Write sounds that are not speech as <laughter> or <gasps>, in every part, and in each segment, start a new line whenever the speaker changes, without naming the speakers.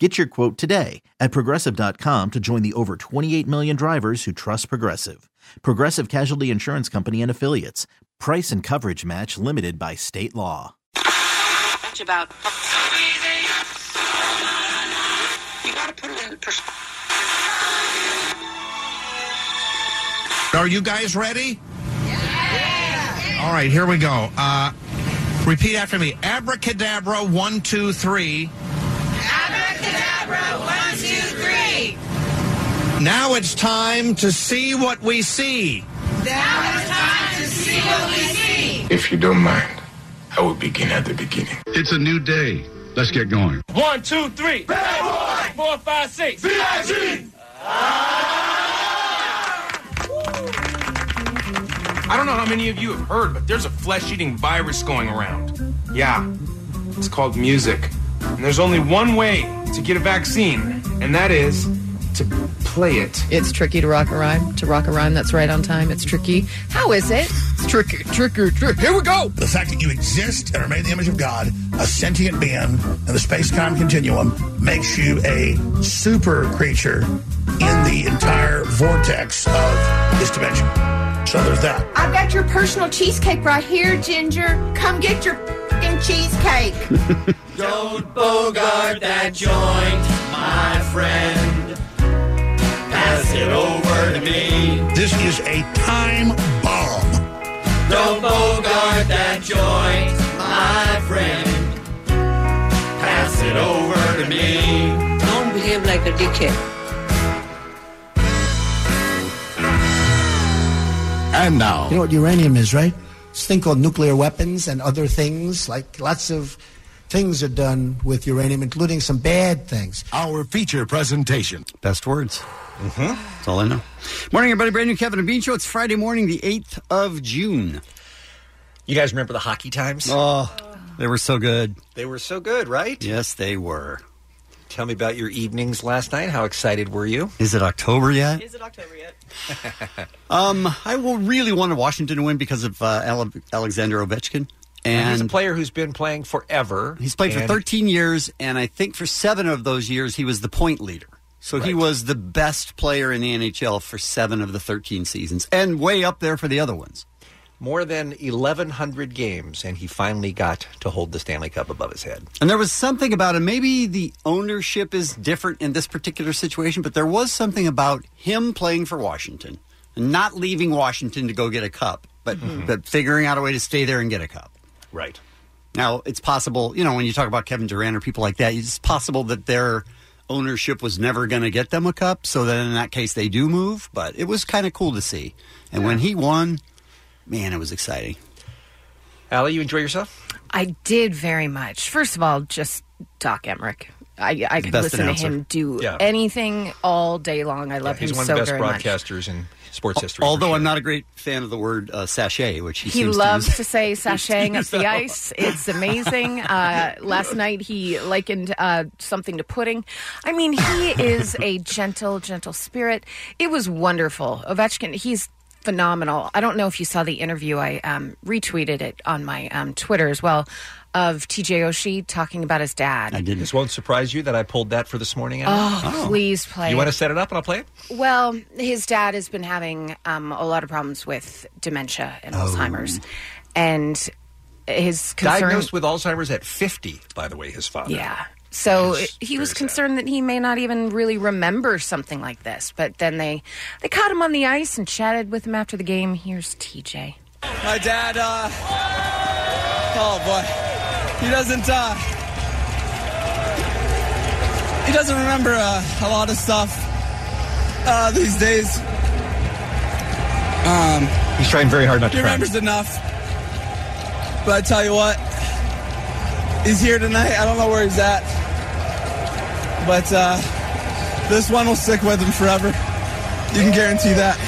Get your quote today at progressive.com to join the over 28 million drivers who trust Progressive. Progressive Casualty Insurance Company and Affiliates. Price and coverage match limited by state law.
much about. You gotta put it in perspective.
Are you guys ready? All right, here we go. Uh, repeat after me. Abracadabra, one, two, three.
Abracadabra, one, two, three.
Now it's time to see what we see.
Now it's time to see what we see.
If you don't mind, I will begin at the beginning.
It's a new day. Let's get going.
One, two, three. Bad boy. Four, five, six. VIG. I don't know how many of you have heard, but there's a flesh-eating virus going around. Yeah, it's called music. And there's only one way to get a vaccine, and that is to play it.
It's tricky to rock a rhyme. To rock a rhyme that's right on time. It's tricky. How is it? It's tricky, tricky, tricky. Here we go.
The fact that you exist and are made in the image of God, a sentient being in the space time continuum, makes you a super creature in the entire vortex of this dimension. So there's that.
I've got your personal cheesecake right here, Ginger. Come get your f***ing cheesecake.
<laughs> Don't bogart that joint, my friend. Pass it over to me.
This is a time bomb.
Don't bogart that joint, my friend. Pass it over to me.
Don't behave like a dickhead.
And now,
You know what uranium is, right? This thing called nuclear weapons and other things. Like lots of things are done with uranium, including some bad things.
our feature presentation.
Best words. Mm-hmm. That's all I know. Morning, everybody. Brand new Kevin and Bean Show. It's Friday morning, the 8th of June.
You guys remember the hockey times?
Oh, they were so good.
They were so good, right?
Yes, they were.
Tell me about your evenings last night. How excited were you?
Is it October yet?
Is it October yet?
Um, I will really wanted Washington to win because of uh, Ale- Alexander Ovechkin. And
He's a player who's been playing forever.
He's played for
and
13 years, and I think for seven of those years, he was the point leader. So he
Right.
was the best player in the NHL for seven of the 13 seasons, and way up there for the other ones.
More than 1,100 games, and he finally got to hold the Stanley Cup above his head.
And there was something about him. Maybe the ownership is different in this particular situation, but there was something about him playing for Washington, and not leaving Washington to go get a cup, but,
Mm-hmm.
but figuring out a way to stay there and get a cup.
Right.
Now, it's possible, you know, when you talk about Kevin Durant or people like that, it's possible that their ownership was never going to get them a cup. So then in that case, they do move. But it was kind of cool to see. And when he won, man, it was exciting.
Allie, you enjoy yourself?
I did very much. First of all, just Doc Emmerich. I, I could
Best
listen
announcer.
to him do
Yeah.
anything all day long. I love
He's
him
one
so
of the best
very much.
broadcasters in sports history. for
Although
sure.
I'm not a great fan of the word uh, sachet, which <laughs> he,
He
seems
loves
to,
to,
use.
say sashaying up the ice. It's
<laughs>
amazing. Uh, last night he likened uh, something to pudding. I mean, he is
<laughs>
a gentle, gentle spirit. It was wonderful. Ovechkin, he's phenomenal. I don't know if you saw the interview. I um, retweeted it on my um, Twitter as well of TJ Oshie talking about his dad.
I didn't. Oh.
This won't surprise you that I pulled that for this morning. Allie.
Oh, Please play.
you want
it.
to set it up and I'll play it?
Well, his dad has been having um, a lot of problems with dementia
Oh.
and Alzheimer's, and his concern.
Diagnosed with Alzheimer's at 50, by the way, his father.
yeah. So
Yes,
he
very
was
sad.
concerned that he may not even really remember something like this. But then they they caught him on the ice and chatted with him after the game. Here's TJ.
My dad, uh. Oh, boy. He doesn't, uh. He doesn't remember uh, a lot of stuff <laughs> uh, these days.
Um,
He's trying very hard not to
He
cry.
remembers enough. But I tell you what, he's here tonight. I don't know where he's at. But uh, this one will stick with him forever. You can guarantee that.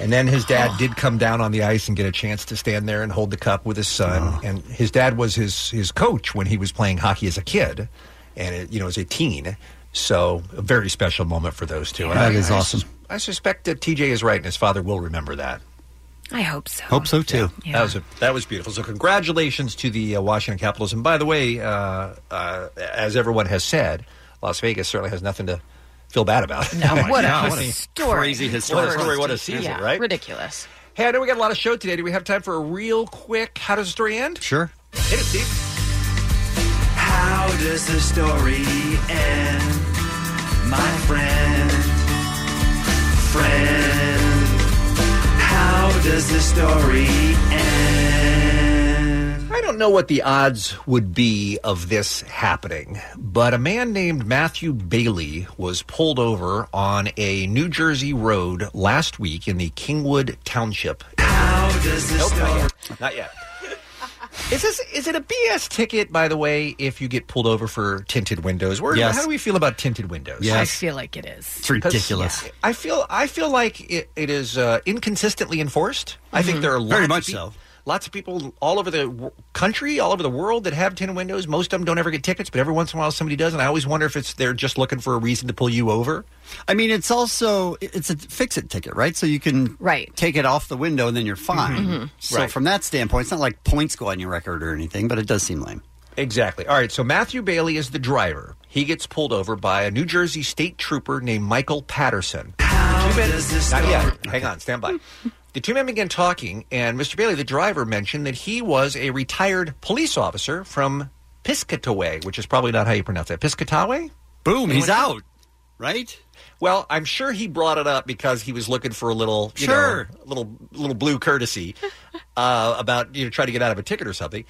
And then his dad did come down on the ice and get a chance to stand there and hold the cup with his son.
Oh.
And his dad was his his coach when he was playing hockey as a kid, and it, you know as a teen. So a very special moment for those two. And
That
I-
is
I
awesome.
sus- I suspect that TJ is right, and his father will remember that.
I hope so.
Hope so too.
Yeah. That was a, that was beautiful. So congratulations to the uh, Washington Capitals. And by the way, uh, uh, as everyone has said, Las Vegas certainly has nothing to feel bad about.
No,
<laughs> Oh my
what,
God,
a story.
What a story! What a season,
Yeah,
right?
Ridiculous.
Hey, I know we got a lot of show today. Do we have time for a real quick? How does the story end?
Sure.
Hit it, Steve.
How does the story end, my friend? Friend, how does the story end?
I don't know what the odds would be of this happening, but a man named Matthew Bailey was pulled over on a New Jersey road last week in the Kingwood Township.
How does the story?
Not yet. Is this is it a BS ticket, by the way, if you get pulled over for tinted windows? Where,
Yes.
How do we feel about tinted windows?
I feel like it is.
It's ridiculous.
I feel I feel like it, it is uh, inconsistently enforced. I think there are lots
Mm-hmm. Very
of
much
peop-
so.
Lots of people all over the w- country, all over the world that have tin windows. Most of them don't ever get tickets, but every once in a while somebody does, and I always wonder if it's they're just looking for a reason to pull you over.
I mean, it's also it's a fix it ticket, right? So you can
right.
take it off the window and then you're fine.
Mhm.
So
Right.
from that standpoint, it's not like points go on your record or anything, but it does seem lame.
Exactly. All right, so Matthew Bailey is the driver. He gets pulled over by a New Jersey state trooper named Michael Patterson.
How does the
Not
story?
yet. Hang on, stand
<laughs>
by. The two men began talking, and Mr. Bailey, the driver, mentioned that he was a retired police officer from Piscataway, which is probably not how you pronounce that. Piscataway?
Boom,
he's
out, right?
Well, I'm sure he brought it up because he was looking for a little, you
Sure.
know, little little
<laughs>
blue courtesy uh, about you know trying to get out of a ticket or something.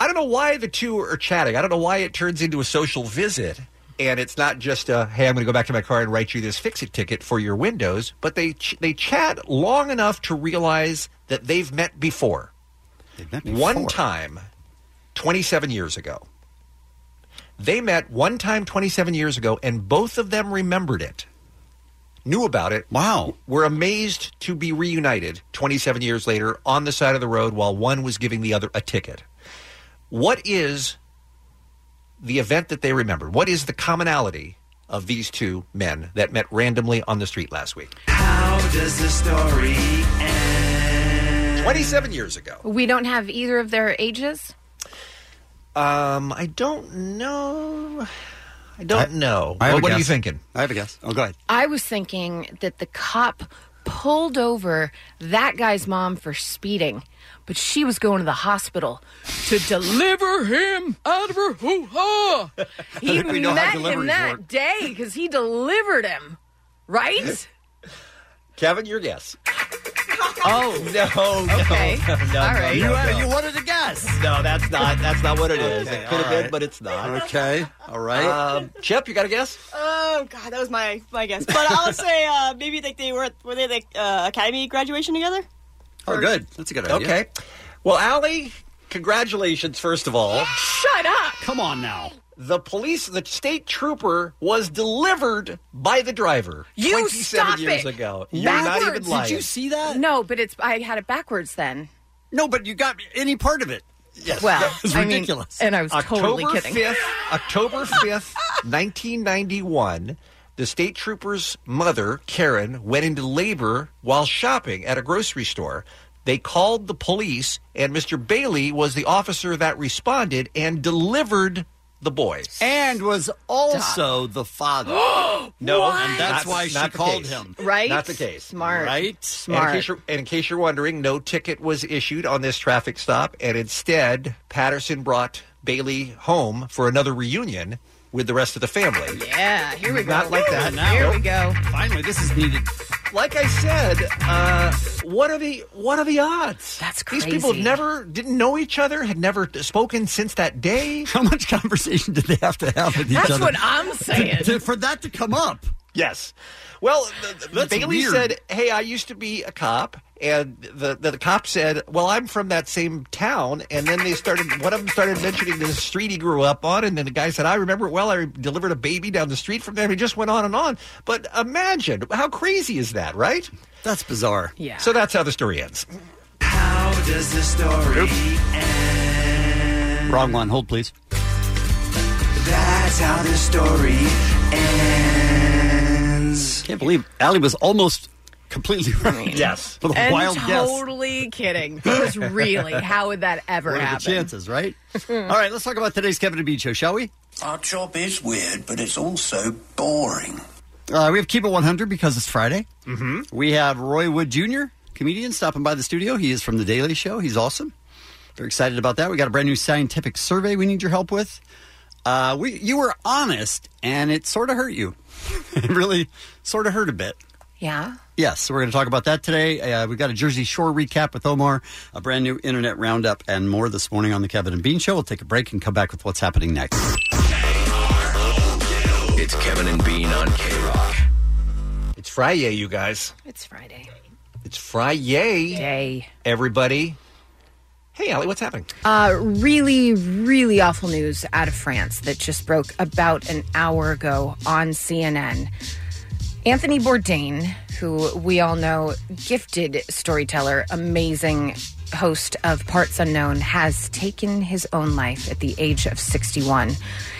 I don't know why the two are chatting. I don't know why it turns into a social visit. And it's not just a hey, I'm going to go back to my car and write you this fix-it ticket for your windows, but they ch- they chat long enough to realize that they've met before.
They've met
one time, 27 years ago. They met one time 27 years ago, and both of them remembered it, knew about it.
Wow,
were amazed to be reunited 27 years later on the side of the road while one was giving the other a ticket. What is the event that they remembered? What is the commonality of these two men that met randomly on the street last week?
How does the story end?
27 years ago.
We don't have either of their ages.
Um, I don't know. I don't know.
I have
what
a
what are you
guess.
thinking?
I have a guess. Oh, go ahead.
I was thinking that the cop pulled over that guy's mom for speeding, but she was going to the hospital to deliver him out of her hoo
<laughs>
ha.
<laughs>
He
think we know how
met him
deliveries
that
work.
day because he delivered him,
<laughs>
right?
Kevin, your
<laughs>
guess.
Oh
no! no,
Okay.
No, no,
All right.
no,
You
no.
had- you
wanted to guess.
No, that's not. That's not what it is.
Okay,
it could have
all
been,
right.
but it's not.
Okay. All right.
Um, Chip, you got a guess?
Oh god, that was my my guess. But
<laughs>
I'll say uh, maybe like they were were they like uh, academy graduation together?
Oh, good. That's a good idea.
Okay. Well, Allie, congratulations, first of all.
Shut up.
Come on now.
The police, the state trooper was delivered by the driver
You
27
stop
years
it.
ago. You're not even lying.
see that?
No, but it's I had it backwards then.
No, but you got any part of it.
Yes.
Well,
That was
I mean,
ridiculous.
and I was
October
totally kidding.
5th,
<laughs>
October 5th, 1991, the state trooper's mother, Karen, went into labor while shopping at a grocery store. They called the police, and Mr. Bailey was the officer that responded and delivered the boy.
And was also the
<gasps>
father.
no,
and that's
not-
why she
not the
called
case.
him.
Right?
Not the case.
Smart.
Right?
And in,
Smart.
case you're, and in case you're wondering, no ticket was issued on this traffic stop, and instead, Patterson brought Bailey home for another reunion with the rest of the family.
Yeah, here we go.
Not like that.
Here we go.
Finally, this is needed.
Like I said, uh, what are the what are the odds?
That's
These people
crazy.
have never didn't know each other, had never spoken since that day.
<laughs> How much conversation did they have to have with each
That's
other?
what I'm saying.
To- for that to come up.
Yes. Well, the, the-
That's
Bailey
weird.
said, "Hey, I used to be a cop," and the, the the cop said, "Well, I'm from that same town." And then they started. One of them started mentioning the street he grew up on, and then the guy said, "I remember it well. I delivered a baby down the street from there." And it just went on and on. But imagine how crazy is that, right?
That's bizarre.
Yeah.
So that's how the story ends.
How does the story end?
Wrong one. Hold, please.
That's how the story ends.
Can't believe Allie was almost completely right.
Yes.
With a
and
wild guess. <laughs>
totally kidding. Because really, how would that ever
What are the
happen? <laughs>
chances, right? All right, let's talk about today's Kevin and Bean show, shall we?
Our job is weird, but it's also boring.
Uh, we have Keep It 100 because it's Friday. Mm-hmm. We have Roy Wood Jr., comedian, stopping by the studio. He is from The Daily Show. He's awesome. Very excited about that. We got a brand new scientific survey we need your help with. Uh, we You were honest, and it sort of hurt you. <laughs> it really sort of hurt a bit.
Yeah.
Yes, so we're going to talk about that today. Uh, we've got a Jersey Shore recap with Omar, a brand new internet roundup, and more this morning on the Kevin and Bean Show. We'll take a break and come back with what's happening next.
It's Kevin and Bean on K Rock.
It's Friday, you guys.
It's Friday.
It's Friday.
Day.
Everybody. Hey, Allie, what's happening?
Uh, really, really awful news out of France that just broke about an hour ago on CNN. Anthony Bourdain, who we all know, gifted storyteller, amazing host of Parts Unknown, has taken his own life at the age of 61.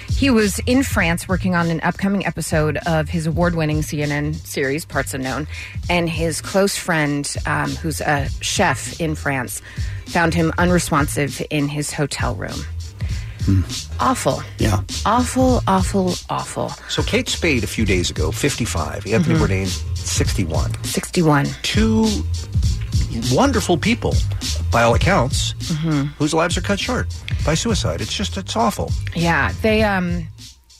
He was in France working on an upcoming episode of his award winning CNN series, Parts Unknown, and his close friend, um, who's a chef in France, found him unresponsive in his hotel room. Awful.
Yeah.
Awful, awful, awful.
So Kate Spade a few days ago, 55. Anthony
Mhm.
Bourdain, 61.
61.
Two wonderful people, by all accounts,
hmm
whose lives are cut short by suicide. It's just, it's awful.
Yeah, they um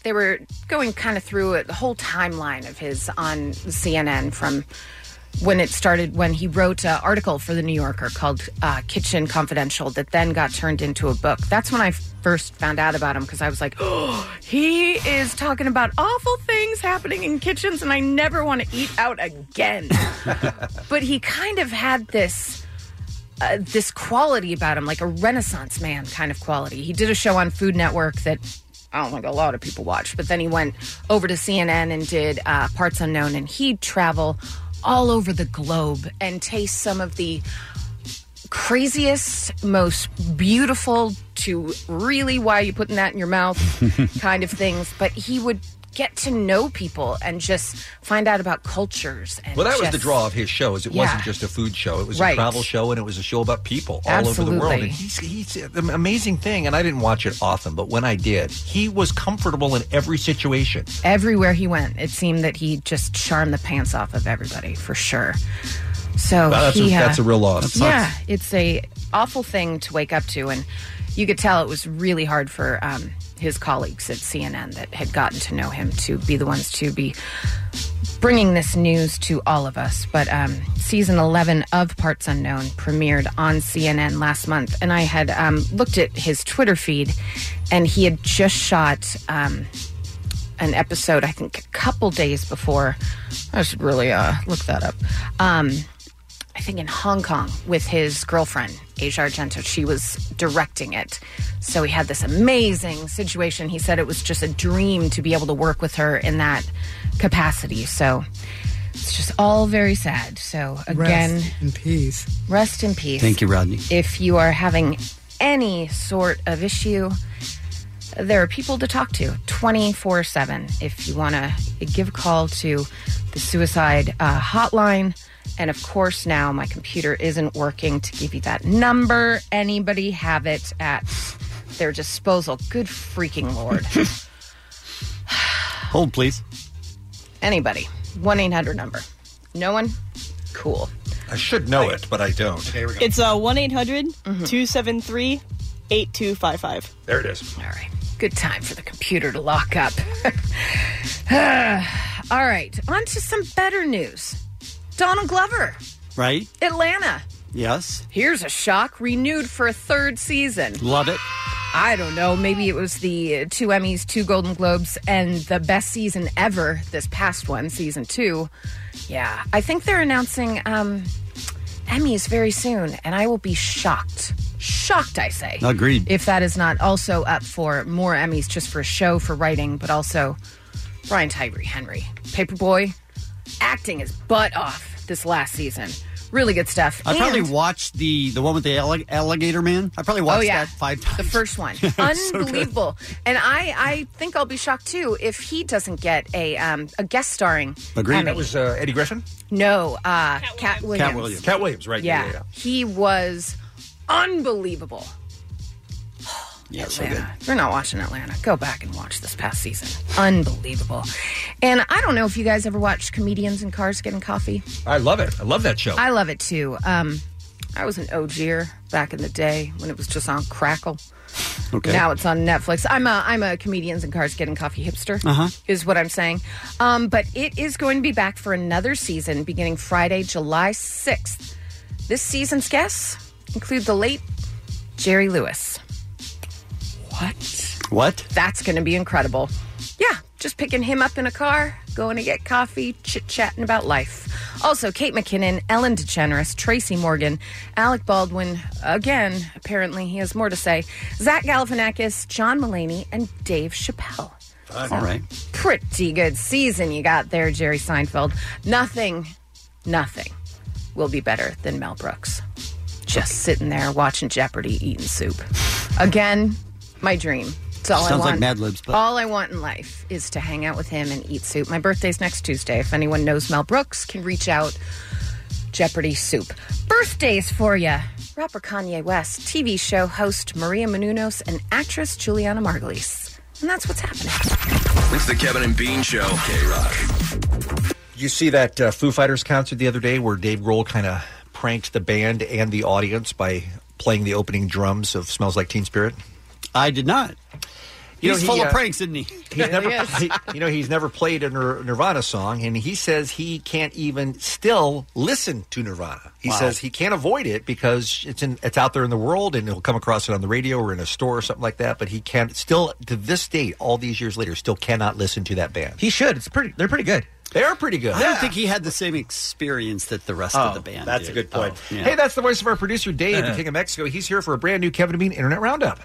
they were going kind of through it, the whole timeline of his on CNN from when it started when he wrote an article for the New Yorker called uh, Kitchen Confidential that then got turned into a book. That's when I first found out about him because I was like, <gasps> oh, he is talking about awful things happening in kitchens and I never want to eat out again. but he kind of had this uh, this quality about him, like a Renaissance man kind of quality. He did a show on Food Network that I don't think a lot of people watch, but then he went over to CNN and did uh, Parts Unknown, and he'd travel all over the globe and taste some of the craziest, most beautiful to really why are you putting that in
<laughs>
your mouth kind of things. But he would get to know people and just find out about cultures. And
Well, that was
just-
the draw of his show. Is it
Yeah.
wasn't just a food show; it was
Right.
a travel show, and it was a show about people all over the world.
Absolutely.
And he's, he's an amazing thing. And I didn't watch it often, but when I did, he was comfortable in every situation.
everywhere he went, it seemed that he just charmed the pants off of everybody for sure. So
Well, that's a-
he, uh,
that's a real loss. That
Yeah,
sucks.
it's a awful thing to wake up to, and you could tell it was really hard for um, his colleagues at CNN that had gotten to know him to be the ones to be bringing this news to all of us. But um, season 11 of Parts Unknown premiered on CNN last month, and I had um, looked at his Twitter feed, and he had just shot. Um, an episode, I think a couple days before. I should really uh, look that up. Um, I think in Hong Kong with his girlfriend, Asia Argento. She was directing it. So he had this amazing situation. He said it was just a dream to be able to work with her in that capacity. So it's just all very sad. So again,
Rest in peace.
rest in peace.
Thank you, Rodney.
If you are having any sort of issue, there are people to talk to 24 7. If you want to give a call to the suicide uh, hotline, and of course, now my computer isn't working to give you that number. Anybody have it at their disposal? Good
<laughs>
freaking lord.
Hold, please.
Anybody. 1 800 number. No one? Cool.
I should know it, but I don't.
It's uh, 1 800
Mm-hmm.
273 8255.
There it is.
All right. Good time for the computer to lock <laughs> up. <sighs> All right. On to some better news. Donald Glover,
Right?
Atlanta.
Yes.
Here's a shock renewed for a third season.
Love it.
I don't know. Maybe it was the uh, two Emmys, two Golden Globes, and the best season ever, this past one, season two. Yeah. I think they're announcing um, Emmys very soon, and I will be shocked. Shocked, I say.
Agreed.
If that is not also up for more Emmys just for show, for writing, but also Brian Tyree Henry, Paperboy, acting his butt off. this last season. Really good stuff.
I probably
And-
watched the the one with the allig- alligator man. I probably watched
oh, yeah.
that five times.
The first one.
Yeah, it's so good.
Unbelievable. and I, I think I'll be shocked too if he doesn't get a um, a guest starring. Emmy.
That was uh, Eddie Griffin.
no, uh, Cat, Williams.
Cat Williams. Cat Williams, right?
Yeah.
yeah, yeah.
He was unbelievable.
Yeah,
so good. You're not watching Atlanta. Go back and watch this past season. Unbelievable. And I don't know if you guys ever watched Comedians in Cars Getting Coffee.
I love it. I love that show.
I love it too. Um, I was an OGer back in the day when it was just on Crackle.
Okay.
Now it's on Netflix. I'm a I'm a comedians and cars getting coffee hipster.
Uh-huh.
Is what I'm saying. Um, but it is going to be back for another season beginning Friday, July 6th. This season's guests include the late Jerry Lewis. What?
What?
That's going to be incredible. Yeah, just picking him up in a car, going to get coffee, chit chatting about life. Also, Kate McKinnon, Ellen DeGeneres, Tracy Morgan, Alec Baldwin. Again, apparently he has more to say. Zach Galifianakis, John Mullaney, and Dave Chappelle.
All right.
Pretty good season you got there, Jerry Seinfeld. Nothing, nothing will be better than Mel Brooks. Just sitting there watching Jeopardy, eating soup. Again, my dream. It's all I
Sounds like
want.
Mad Libs, but-
All I want in life is to hang out with him and eat soup. My birthday's next Tuesday. If anyone knows Mel Brooks, can reach out. Jeopardy soup. Birthdays for you. Rapper Kanye West, TV show host Maria Menounos, and actress Juliana Margulies. And that's what's happening.
It's the Kevin and Bean Show. K Rock.
You see that uh, Foo Fighters concert the other day where Dave Grohl kind of pranked the band and the audience by playing the opening drums of "Smells Like Teen Spirit."
I did not.
You know,
He's
he,
full
uh,
of pranks, isn't <laughs> he?
He's never, he- you know, he's never played a Nir- Nirvana song, and he says he can't even still listen to Nirvana. He
Wow.
says he can't avoid it because it's in, it's out there in the world, and he'll come across it on the radio or in a store or something like that. But he can't still to this date, all these years later, still cannot listen to that band. He should. It's pretty. They're pretty good. They are pretty good.
I don't think he had the same experience that the rest of the band.
That's
did.
a good point.
Oh, yeah.
Hey, that's the voice of our producer Dave,
Uh-huh.
the King of Mexico. He's here for a brand new Kevin and Bean Internet Roundup.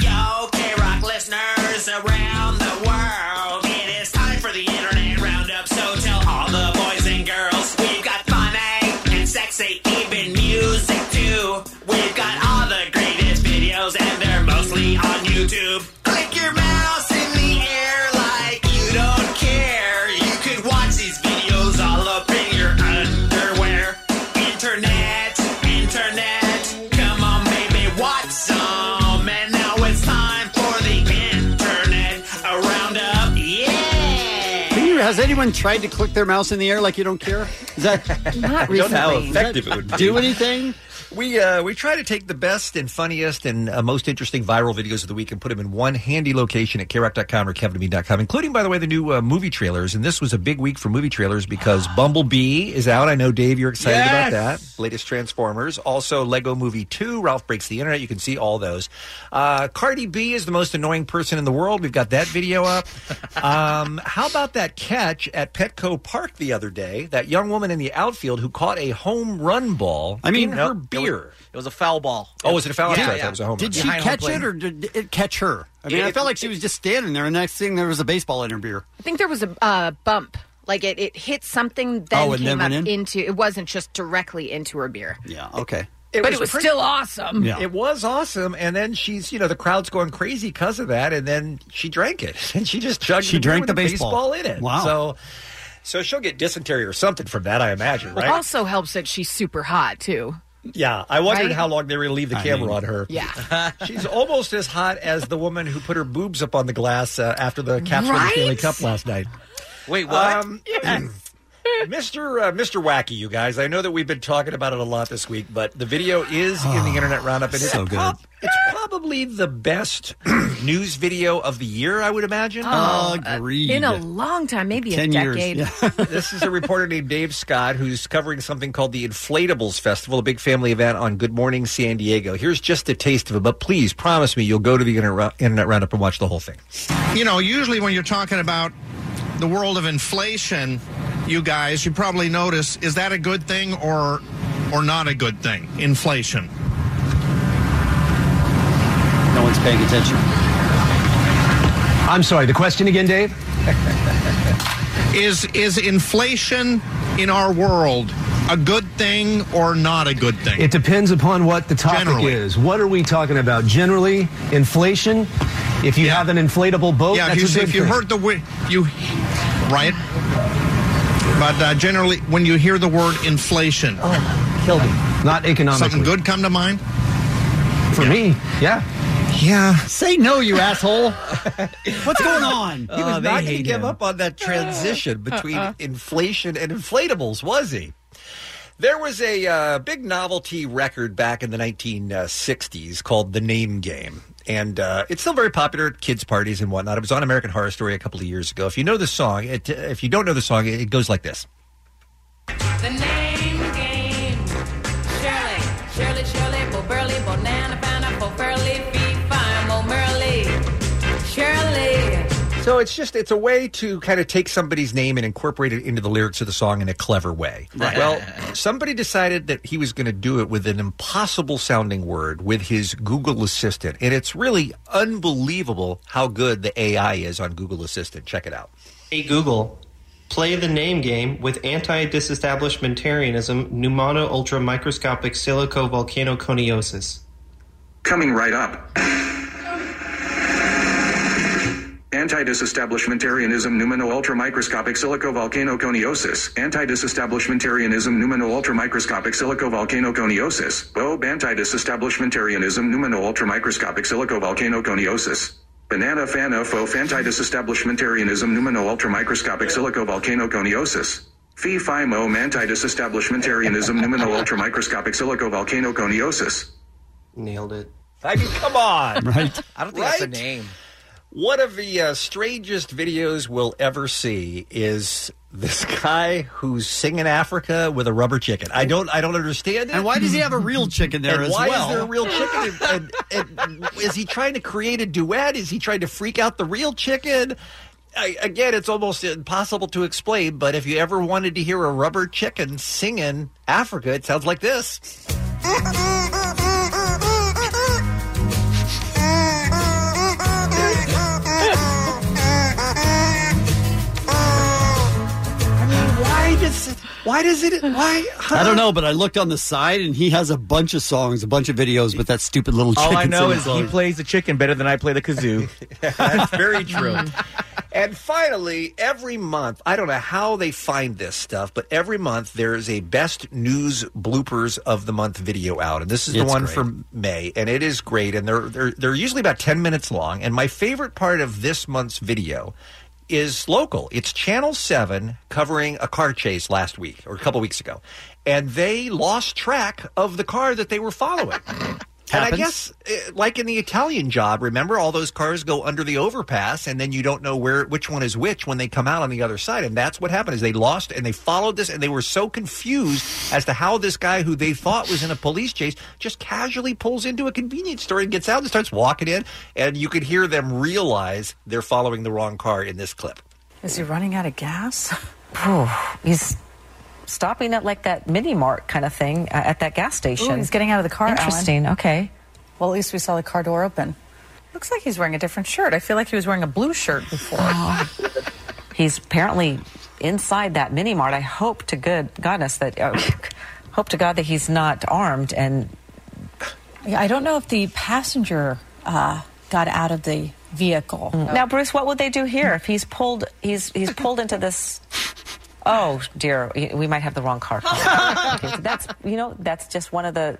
Yo, K Rock listeners around the world, it is time for the internet roundup. So tell all the boys and girls we've got funny and sexy, even music too. We've got all the greatest videos, and they're mostly on YouTube. Click your mouse in the air like you don't care. You could watch these videos all up in your underwear. Internet, internet, come on, baby, watch some. And now it's time for the internet a roundup. Yeah.
Have you- Has anyone tried to click their mouse in the air like you don't care? Is that
I don't know how effective it would be.
Do anything?
We uh, we try to take the best and funniest and uh, most interesting viral videos of the week and put them in one handy location at krock.com or kevinbean.com, including, by the way, the new uh, movie trailers. And this was a big week for movie trailers because
Ah.
Bumblebee is out. I know, Dave, you're excited about that. Latest Transformers. Also, Lego Movie 2, Ralph Breaks the Internet. You can see all those. Uh, Cardi B is the most annoying person in the world. We've got that video up. Um, how about that catch at Petco Park the other day? That young woman in the outfield who caught a home run ball
I mean,
in
no,
her
it was-
beer.
It was a foul ball.
Oh, was it a foul? I'm
Yeah,
sorry, I
yeah.
thought it was a home run.
Did she
Behind home
catch
plate.
it or did it catch her? I mean, I
It-
felt like she was just standing there, and next thing there was a baseball in her beer.
I think there was a uh, bump. Like it, it hit something, then
Oh, and
came
then
up
went in?
into. It wasn't just directly into her beer.
Yeah. Okay.
but it was
pretty-
still awesome.
Um, It was awesome, and then she's you know the crowd's going crazy because of that, and then she drank it, <laughs> and she just chugged.
She
the beer
drank
with
the baseball.
in it.
Wow.
So, so she'll get dysentery or something from that, I imagine, right?
Also helps that she's super hot too.
yeah, I wondered
Right?
how long they were going to leave the
I
camera
mean-
on her.
<laughs>
Yeah.
she's almost as hot as the woman who put her boobs up on the glass uh, after the capture of the Stanley
Right?
Cup last night.
Wait, what?
Um, Mr. Uh, Mr. Wacky, you guys. I know that we've been talking about it a lot this week, but the video is in the internet roundup, and
Ah, so
it's,
good.
prob- it's probably the <laughs> best news video of the year, I would imagine.
Agreed.
Oh, uh, In a long time, maybe a decade. <laughs>
this is a reporter named Dave Scott who's covering something called the Inflatables Festival, a big family event on Good Morning San Diego. Here's just a taste of it, but please promise me you'll go to the inter- internet roundup and watch the whole thing.
You know, usually when you're talking about the world of inflation, you guys, you probably notice is that a good thing or or not a good thing? Inflation.
No one's paying attention.
I'm sorry. The question
<laughs>
again, Dave.
Is is inflation in our world a good thing or not a good thing?
It depends upon what the topic
Generally.
is. What are we talking about? Generally, inflation. If you have an inflatable
Oh,
boat,
yeah, if
that's a
you,
good
if you
thing.
heard the wi- you right, but uh, generally when you hear the word inflation, oh,
killed me. Not economically.
Something good come to mind
for me. Yeah.
Yeah.
Say no,
<laughs>
you asshole. What's going on? Uh-uh.
He was not going to give up on
<laughs>
that transition between inflation and inflatables, was he? There was a uh, big novelty record back in the 1960s called The Name Game. And uh, it's still very popular at kids' parties and whatnot. It was on American Horror Story a couple of years ago. If you know the song, it, if you don't know the song, it, it goes like this.
The name game. Shirley, Shirley, Shirley, Bo Burley, Bo Nana, Fana, Bo Burley, Fee, Fine, Bo Merley. Shirley.
So it's just it's a way to kind of take somebody's name and incorporate it into the lyrics of the song in a clever way.
Right.
Well, somebody decided that he was going to do it with an impossible sounding word with his Google Assistant, and it's really unbelievable how good the AI is on Google Assistant. Check it out.
Hey Google, play the name game with anti-disestablishmentarianism pneumono ultra microscopic silico volcano coniosis.
Coming right up. Anti-disestablishmentarianism numino ultramicroscopic silicovolcanoconiosis. Anti-disestablishmentarianism numino ultramicroscopic silicovolcanoconiosis. Bob anti-disestablishmentarianism numino ultramicroscopic silicovolcanoconiosis. Banana fana fof anti-disestablishmentarianism numino ultramicroscopic silicovolcanoconiosis. Phi phi mom anti-disestablishmentarianism numino ultramicroscopic silicovolcanoconiosis.
Nailed it.
I mean,
<laughs>
come on.
Right.
I don't think that's a name. One of the uh, strangest videos we'll ever see is this guy who's singing Africa with a rubber chicken. I don't I don't understand it.
And why does he have a real chicken there
And
as
why
well?
is there a real chicken? And, and- and is he trying to create a duet? Is he trying to freak out the real chicken? I, again, it's almost impossible to explain, but if you ever wanted to hear a rubber chicken singing Africa, it sounds like this. Why does it? Why does it? <laughs> Why?
I don't know, but I looked on the side and he has a bunch of songs, a bunch of videos with that stupid little chicken.
All I know
singing
is
song.
he plays the chicken better than I play the
<laughs>
kazoo.
That's very true. and finally, every month, I don't know how they find this stuff, but every month there is a best news bloopers of the month video out, and this is the
It's
one
great.
for May, and it is great, and they're they're they're usually about ten minutes long. And my favorite part of this month's video is local. It's Channel Seven covering a car chase last week or a couple weeks ago, and they lost track of the car that they were following. And I
Happens.
guess, eh, like in the Italian job, remember all those cars go under the overpass, and then you don't know where which one is which when they come out on the other side. And that's what happened: is they lost and they followed this, and they were so confused as to how this guy who they thought was in a police chase just casually pulls into a convenience store and gets out and starts walking in, and you could hear them realize they're following the wrong car in this clip.
Is he running out of gas? Oh, he's stopping at like that mini mart kind of thing uh, at that gas station.
Ooh, he's getting out of the car, Alan.
Interesting. Okay. Well, at least we saw the car door open. Looks like he's wearing a different shirt. I feel like he was wearing a blue shirt before. Oh. he's apparently inside that mini mart. I hope to good goodness that uh, hope to God that he's not armed and
Yeah, I don't know if the passenger uh, got out of the vehicle.
Now, Bruce, what would they do here if he's pulled? He's he's pulled into this. Oh dear, we might have the wrong car. Okay, so that's you know that's just one of the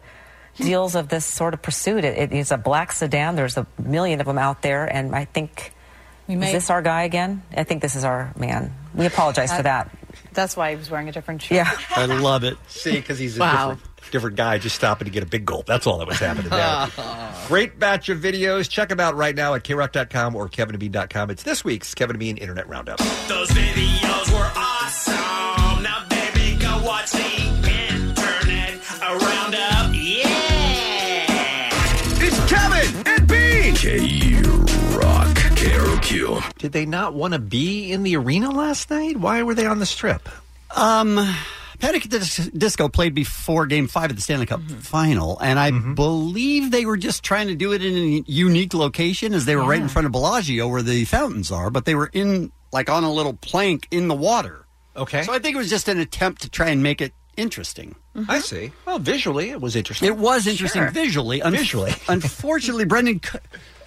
deals of this sort of pursuit. It, it is a black sedan. There's a million of them out there, and I think
We
is
may-
this our guy again? I think this is our man. We apologize for that.
Uh, That's why he was wearing a different shirt.
Yeah.
I love it. <laughs> See, because he's a
Wow.
different, different guy just stopping to get a big gulp. That's all that was happening <laughs> there. Great batch of videos. Check them out right now at krock.com or kevinandbean.com. It's this week's Kevin and Bean Internet Roundup.
Those videos were awesome. Now, baby, go watch the internet around up. Yeah.
It's Kevin and Bean. K Rock. K R O Q.
Did they not want to be in the arena last night? Why were they on this trip?
Um, Panic at the Dis- Disco played before Game Five of the Stanley Cup
Mm-hmm.
Final, and I
Mm-hmm.
believe they were just trying to do it in a unique location, as they were right in front of Bellagio, where the fountains are. But they were in like on a little plank in the water.
Okay,
so I think it was just an attempt to try and make it interesting.
Mm-hmm.
I see. Well, visually, it was interesting.
It was interesting visually. Unf-
Visually. <laughs>
unfortunately, Brendan, cou-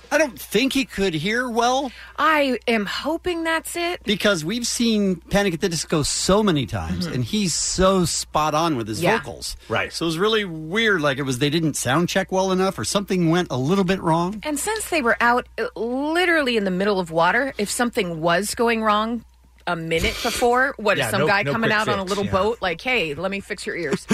I don't think he could hear well
I am hoping that's it.
<laughs> because we've seen Panic at the Disco so many times, and he's so spot on with his
Yeah.
vocals. Right. So it was really weird. Like it was they didn't sound check well enough, or something went a little bit wrong.
And since they were out uh, literally in the middle of water, if something was going wrong
<laughs>
a minute before, what is
Yeah,
some
no-
guy
no
coming
quick
out on a
fix,
little
yeah.
boat like, "Hey, let me fix
<laughs>
your ears."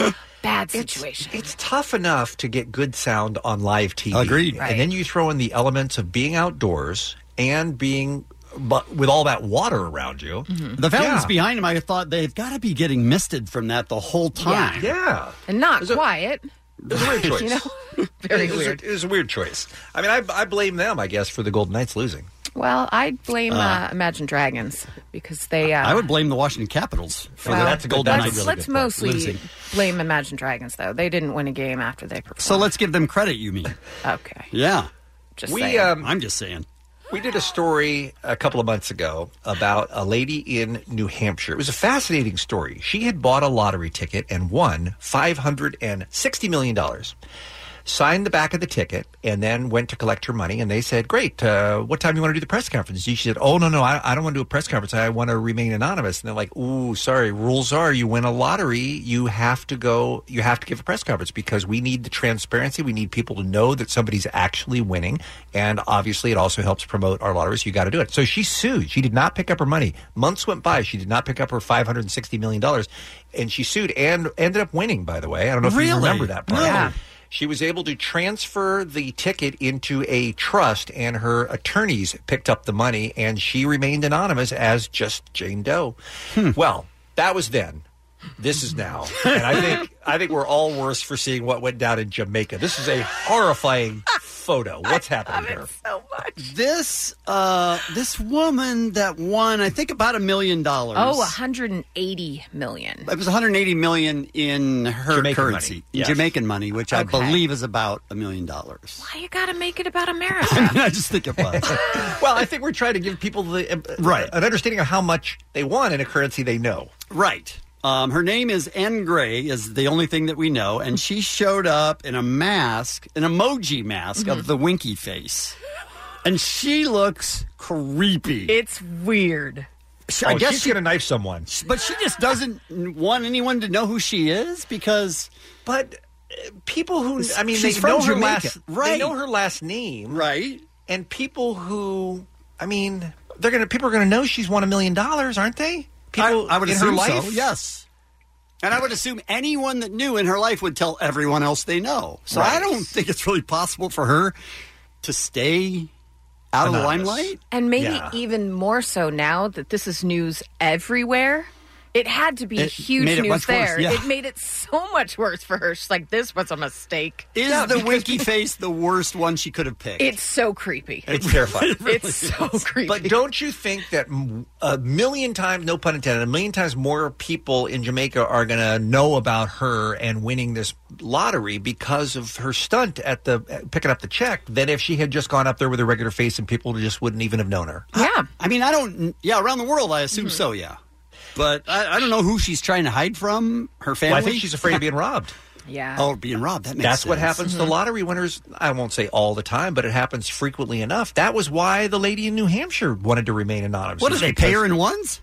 Bad situation.
It's tough enough to get good sound on live TV.
Agreed.
And then you throw in the elements of being outdoors and being, but with all that water around you.
Mm-hmm. The fountains
Mm-hmm. Yeah.
behind him, I thought they've got to be getting misted from that the whole time.
Yeah.
and not quiet.
It's a weird choice.
<laughs> You know, very
It was a-
weird.
it was a weird choice. I mean, I, I blame them, I guess, for the Golden Knights losing.
Well, I blame uh,
Uh,
Imagine Dragons because they. Uh,
I would blame the Washington Capitals for
well,
that. Golden
let's,
Knights.
let's mostly
Losing.
blame Imagine Dragons though. They didn't win a game after they performed.
So let's give them credit. You mean?
<laughs> Okay.
Yeah.
Just We, saying. um,
I'm just saying.
We did a story a couple of months ago about a lady in New Hampshire. It was a fascinating story. She had bought a lottery ticket and won $560 million. Signed the back of the ticket and then went to collect her money. And they said, Great, uh, what time do you want to do the press conference? She said, Oh, no, no, I, I don't want to do a press conference. I want to remain anonymous. And they're like, Ooh, sorry, rules are you win a lottery, you have to go, you have to give a press conference because we need the transparency. We need people to know that somebody's actually winning. And obviously, it also helps promote our lottery. So you got to do it. So she sued. She did not pick up her money. Months went by. She did not pick up her $560 million. And she sued and ended up winning, by the way. I don't know if you
Really?
remember that part.
No. Yeah.
She was able to transfer the ticket into a trust, and her attorneys picked up the money, and she remained anonymous as just Jane Doe.
Hmm.
Well, that was then. This is now, and I think I think we're all worse for seeing what went down in Jamaica. This is a horrifying photo. What's happening here?
This uh, this woman that won, I think, about a million dollars.
Oh, 180 million.
it was 180 million in her
Jamaican
currency,
money,
in
yes.
Jamaican money, which I
Okay.
believe is about a million dollars. <laughs>
Why you gotta make it about America?
I mean, I just think it was.
<laughs> Well, I think we're trying to give people the uh,
Right.
an understanding of how much they want in a currency they know.
Right. Um, her name is Anne Gray, is the only thing that we know, and she showed up in a mask, an emoji mask
Mm-hmm.
of the Winky face, and she looks creepy.
It's weird.
She-
Oh, she's gonna knife someone.
but she just doesn't want anyone to know who she is because.
But uh, people who I mean,
She's
they
from
know her
Jamaica.
last. They
Right.
know her last name.
Right.
And people who, I mean, they're gonna people are gonna know she's won a million dollars, aren't they? People
I, I would
in her
assume
life.
so. Yes. And I would assume anyone that knew in her life would tell everyone else they know. So I
Right.
don't think it's really possible for her to stay out of
Anonymous.
the limelight.
And maybe
Yeah.
even more so now that this is news everywhere. It had to be
It
huge
made it
news
much worse,
there.
yeah.
It made it so much worse for her. She's like, this was a mistake.
Is the
<laughs>
winky face the worst one she could have picked?
It's so creepy.
It's <laughs> terrifying.
it's so creepy.
But don't you think that m- a million times, no pun intended, a million times more people in Jamaica are going to know about her and winning this lottery because of her stunt at the at picking up the check than if she had just gone up there with a regular face and people just wouldn't even have known her?
yeah. Hmm.
I mean, I don't. Yeah, around the world, I assume so. Yeah, but I, I don't know who she's trying to hide from. Her family.
Well, I think she's afraid
<laughs>
of being robbed.
<laughs> Yeah.
oh, being robbed. That makes
That's what
sense.
happens to lottery winners. I won't say all the time, but it happens frequently enough. That was why the lady in New Hampshire wanted to remain anonymous.
What do
It's
they pay
because-
her in
<laughs>
ones?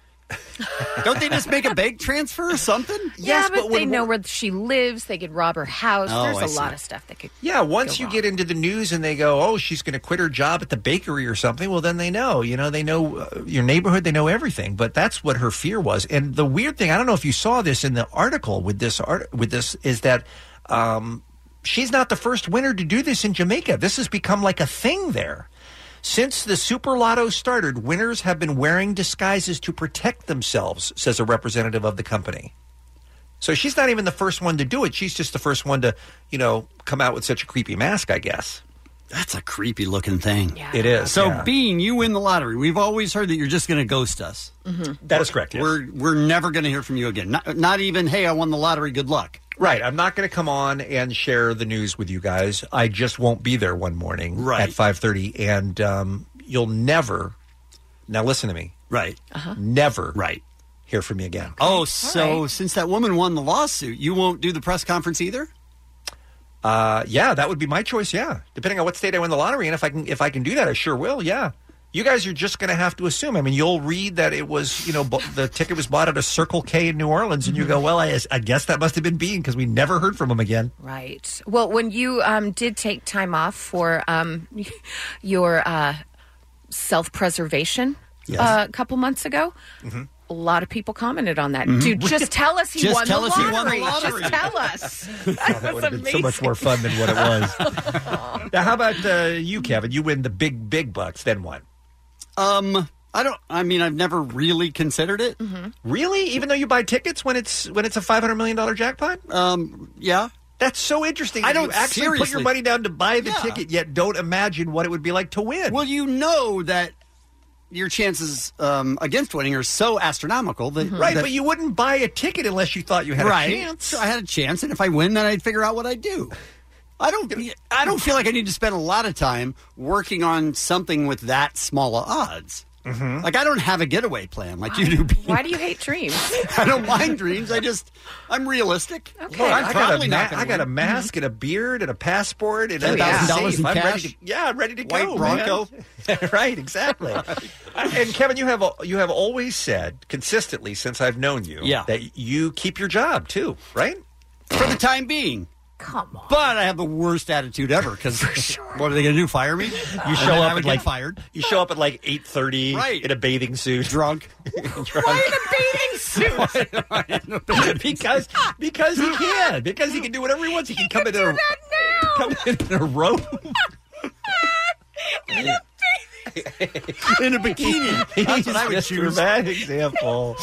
don't they just make a bank transfer or something?
yeah, but, they know where she lives. They could rob her house.
Oh,
There's
I
a
see.
lot of stuff they could.
Yeah, once
go
you
wrong.
get into the news and they go, "Oh, she's going to quit her job at the bakery or something," well, then they know. You know, they know uh, your neighborhood. They know everything. But that's what her fear was. And the weird thing, I don't know if you saw this in the article with this art with this is that. Um, She's not the first winner to do this in Jamaica. This has become like a thing there. Since the Super Lotto started, winners have been wearing disguises to protect themselves, says a representative of the company. So she's not even the first one to do it. She's just the first one to, you know, come out with such a creepy mask, I guess.
That's a creepy looking thing.
It is.
So,
yeah.
Bean, you win the lottery. We've always heard that you're just going to ghost us.
that is correct. yes.
We're we're never going to hear from you again. Not, not even, hey, I won the lottery. Good luck.
Right. I'm not going to come on and share the news with you guys. I just won't be there one morning
Right.
at 5:30 and um, you'll never Now listen to me.
Right.
Never
Right.
hear from you again.
Oh, so since that woman won the lawsuit, you won't do the press conference either?
Uh, yeah, that would be my choice. Yeah, depending on what state I win the lottery, and if I can if I can do that, I sure will. Yeah, you guys are just going to have to assume. I mean, you'll read that it was you know bu- the ticket was bought at a Circle K in New Orleans, and you go, well, I, I guess that must have been Bean because we never heard from him again.
Right. Well, when you um, did take time off for um, <laughs> your uh, self preservation
Yes.
uh, a couple months ago, a lot of people commented on that.
Mhm.
Dude, just tell us he
Just
won
tell
the
us he won the
lottery.
lottery.
Just tell us.
Oh, that would have been so much more fun than what it was. <laughs> now, how about uh, you, Kevin? You win the big big bucks, then what?
Um, I don't. I mean, I've never really considered it.
Mm-hmm. Really, even though you buy tickets when it's when it's a five hundred million dollar jackpot?
Um, yeah.
That's so interesting.
I
that
don't-
you actually put your
seriously.
money down to buy the
Yeah.
ticket, yet don't imagine what it would be like to win.
Well, you know that your chances um, against winning are so astronomical that
Mm-hmm. Right,
that-
but you wouldn't buy a ticket unless you thought you had
right.
a chance.
So I had a chance, and if I win, then I'd figure out what I do. I don't. I don't feel like I need to spend a lot of time working on something with that small a odds.
Mm-hmm.
Like I don't have a getaway plan like you
<laughs>
do.
Why do you hate dreams?
I don't mind dreams. I just I'm realistic.
Okay.
Look,
I'm
I got,
probably
a
not
ma-
gonna
I got a
win.
mask and a beard and a passport and
Oh,
a
yeah.
$1,000
in
I'm ready
cash?
to- yeah, I'm ready to
White
go.
Bronco.
man. <laughs> right, exactly. and Kevin, you have al- you have always said consistently since I've known you
Yeah.
that you keep your job too, right?
for the
<laughs>
time being.
Come on.
But I have the worst attitude ever because what are they going to do? Fire me?
You
And
show
then
up
I would
at
get
like
fired.
You show up at like eight thirty
Right.
in a bathing suit, <laughs>
drunk.
Why in a bathing suit?
because because he can because he can do whatever he wants. He can come in a come in in a robe.
in a
<laughs>
bikini.
That's what I would choose. Bad <laughs> example.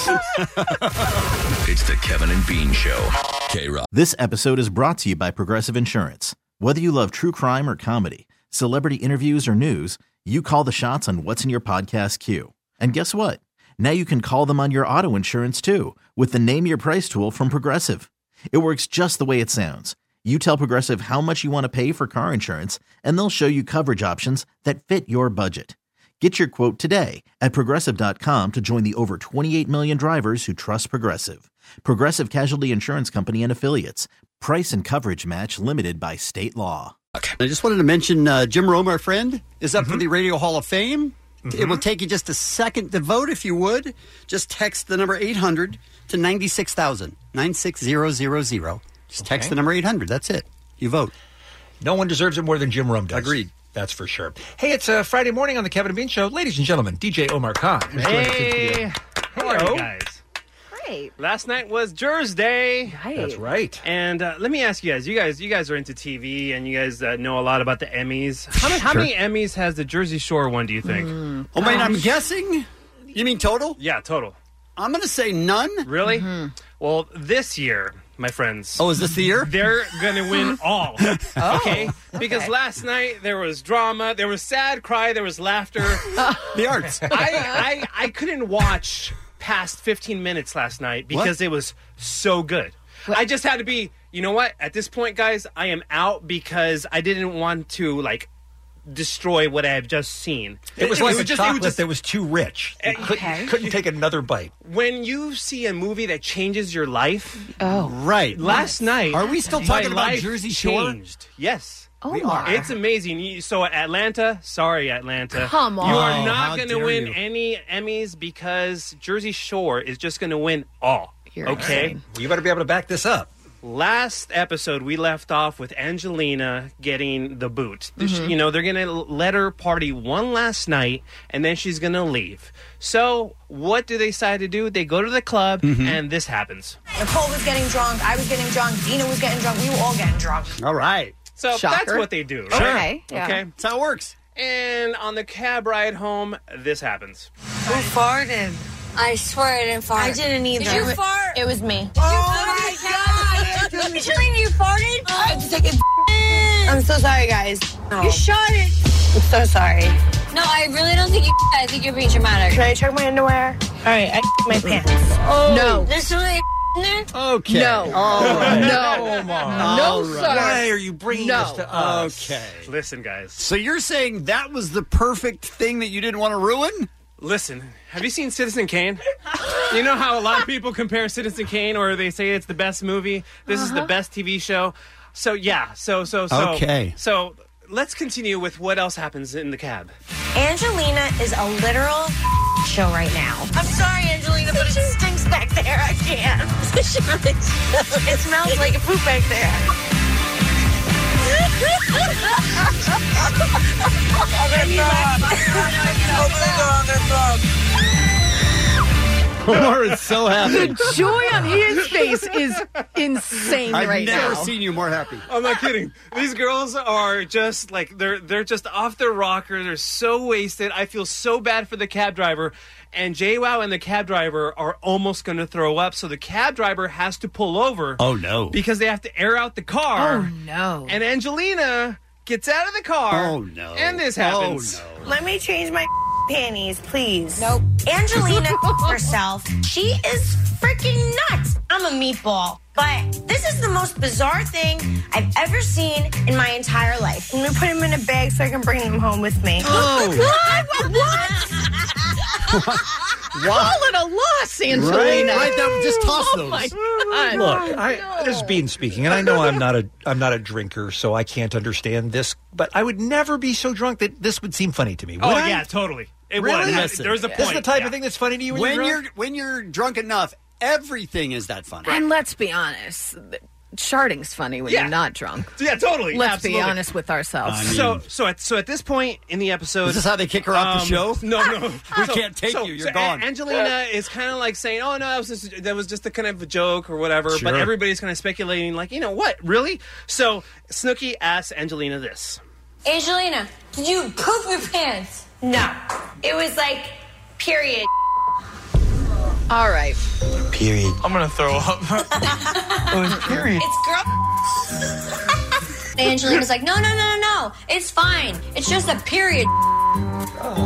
It's the Kevin and Bean Show. K Rock.
This episode is brought to you by Progressive Insurance. Whether you love true crime or comedy, celebrity interviews or news, you call the shots on what's in your podcast queue. And guess what? Now you can call them on your auto insurance too with the Name Your Price tool from Progressive. It works just the way it sounds. You tell Progressive how much you want to pay for car insurance, and they'll show you coverage options that fit your budget. Get your quote today at progressive.com to join the over 28 million drivers who trust Progressive. Progressive Casualty Insurance Company and Affiliates. Price and coverage match limited by state law.
I just wanted to mention uh, Jim Rome, our friend, is
Mm-hmm.
up for the Radio Hall of Fame. It will take you just a second to vote if you would. Just text the number 800 to 96,000. 96000. Just text
Okay.
the number 800. That's it. You vote.
No one deserves it more than Jim Rome does. Agreed. That's for sure. Hey, it's a Friday morning on the Kevin and Bean Show, ladies and gentlemen. DJ Omar Khan. is joining us in studio.
Hey, how are
Hello.
you guys? Great. Last night was Jurors Day.
That's right.
And uh, let me ask you guys. You guys, you guys are into TV, and you guys uh, know a lot about the Emmys. How many, how
Sure.
many Emmys has the Jersey Shore one? Do you think?
Oh, man, I'm guessing. You mean total?
Yeah, total.
I'm going to say none. Mm-hmm.
Really? Well, this year, my friends.
Oh, is this the year?
They're going to win
Uh-huh. <laughs>
all.
Oh,
okay? Because last night there was drama, there was sad cry, there was laughter.
<laughs> the arts.
<laughs> I, I, I couldn't watch past 15 minutes last night because it was so good. I just had to be, you know what? At this point, guys, I am out because I didn't want to, like, destroy what I have just seen.
It was like a
just-
chocolate
just-
that was too rich. You
Okay.
couldn't, couldn't take another bite.
when you see a movie that changes your life,
oh
right.
Last night,
Are we still
my
talking about
life
Jersey Shore?
Changed. Yes,
Oh We my. are.
It's amazing. You- So Atlanta, sorry Atlanta,
Come
you
on.
are
How
not going to
dare
win
you.
any Emmys because Jersey Shore is just going to win all.
You're
okay,
insane.
you better be able to back this up.
Last episode, we left off with Angelina getting the boot. This-
Mm-hmm.
Mhm.
You know, they're going to let her party one last night and then she's going to leave. So, what do they decide to do? They go to the club
Mm-hmm.
and this happens.
Nicole was getting drunk. I was getting drunk. Dina was getting drunk. We were all getting drunk.
All right.
So that's
Shocker.
what they do.
Sure.
Right?
Okay, yeah.
Okay.
That's how it works.
And on the cab ride home, this happens.
Who farted? I swear I didn't fart. I didn't either.
Did you
fart? It was me. oh my god! Angelina, you farted? I have to take a. I'm so sorry, guys. You shot it. I'm so sorry. No, I really don't think you. <laughs> I think you're being dramatic. Should I check my underwear? All right, I <laughs> my pants. Oh
No.
There's really <laughs> in there.
Okay.
No.
Oh.
Oh,
<laughs>
All right.
No.
Omar.
No,
All
sir.
Why are you bringing
No.
this to us? Okay.
Listen, guys.
So you're saying that was the perfect thing that you didn't want to ruin?
Listen, have you seen Citizen Kane? You know how a lot of people compare Citizen Kane, or they say it's the best movie. This is the
Uh-huh.
best TV show. So yeah, so so so
Okay.
So let's continue with what else happens in the cab.
Angelina is a literal show right now. I'm sorry, Angelina, but it stinks back there. I <laughs> can't. it smells like a poop back there.
Oh,
Omar is so happy.
The joy on Ian's face is insane right now.
you more happy. I'm not kidding. These girls are just like they're they're just off their rocker. They're so wasted. I feel so bad for the cab driver. And JWoww and the cab driver are almost going to throw up, so the cab driver has to pull over.
Oh, no.
Because they have to air out the car.
Oh,
no!
And Angelina gets out of the car.
Oh, no.
And this
Oh,
happens.
Let me change my <laughs> panties, please. Nope. <laughs> Angelina herself, she is freaking nuts. I'm a meatball. But this is the most bizarre thing I've ever seen in my entire life. I'm gonna put them in a bag so I can bring them home
<gasps>
with <laughs> me.
Oh.
what? What?
<laughs>
Call it a loss, Angelina.
Right, that- just toss
oh
those.
My God.
Look, I, this is Bean speaking, and I know I'm not a I'm not a drinker, so I can't understand this. But I would never be so drunk that this would seem funny to me.
Oh,
would I?
yeah, totally. It
really?
was. There's a point.
This is the type
Yeah.
of thing that's funny to you when,
when
you're
you're
drunk.
when you're drunk enough, everything is that funny.
And let's be honest, th- charting's funny when
Yeah.
you're not drunk.
Yeah, totally.
Let's
Absolutely.
be honest with ourselves.
so uh, so at so at this point in the episode, um,
Is this how they kick her off the show?
<laughs> No, no,
<laughs> We can't take you. You're
A-
gone.
Angelina is kind of like saying, "Oh no, that was just, that was just a kind of a joke or whatever."
Sure.
But everybody's kind of speculating, like, you know what, really? So Snooky asks Angelina this.
Angelina, did you poop your pants? No. It was like period.
All right.
Period.
I'm gonna throw up. <laughs> period.
It's girl. <laughs> and Angelina's like, no, no, no, no, no. It's fine. It's just a period.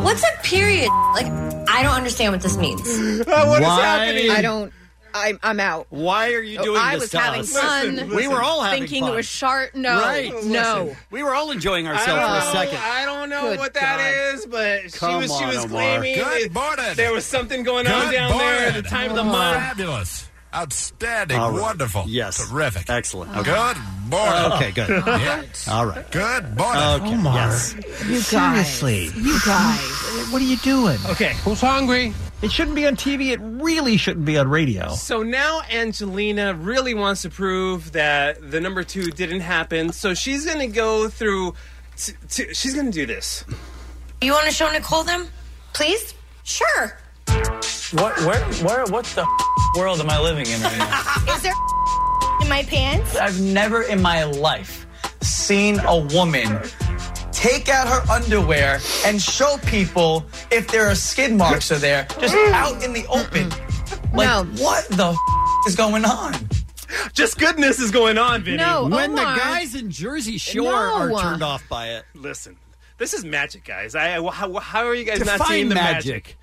What's a period? Like, I don't understand what this
<laughs>
means.
Uh, what is Why? happening?
I don't. I'm, I'm out.
Why are you doing
Oh, I
this
was
to
having
us?
fun.
Listen, we were all having
thinking
fun.
it was sharp. No,
Right.
no.
Listen, we were all enjoying
I don't
ourselves for
know-
a second.
I don't know
Good
what that is, but
Come
she was she
on,
was
Omar.
claiming
Good
it- there was something going on
Good
down there at the
morning.
time of the month.
Fabulous. Outstanding.
All right.
Wonderful.
Yes.
Terrific.
Excellent.
Good morning.
Okay, good.
Yeah.
All right.
Good morning.
Okay.
Omar.
Yes.
You
Seriously.
You guys. What are you doing?
Okay.
Who's hungry?
It shouldn't be on TV. It really shouldn't be on radio.
So now Angelina really wants to prove that the number two didn't happen. So she's going to go through. T- t- she's going to do this.
You want to show Nicole them, please? Sure.
What? Where? Where? What the <laughs> world am I living in right now?
Is there <laughs> in my pants?
<laughs> I've never in my life seen a woman take out her underwear and show people if there are skin marks are there, just out in the open. Like, what the <laughs> is going on?
Just goodness is going on, Vinny.
No,
when
Omar.
the guys in Jersey Shore are
No.
turned off by it.
Listen, this is magic, guys. I how, how are you guys not
Define
seeing the magic?
magic.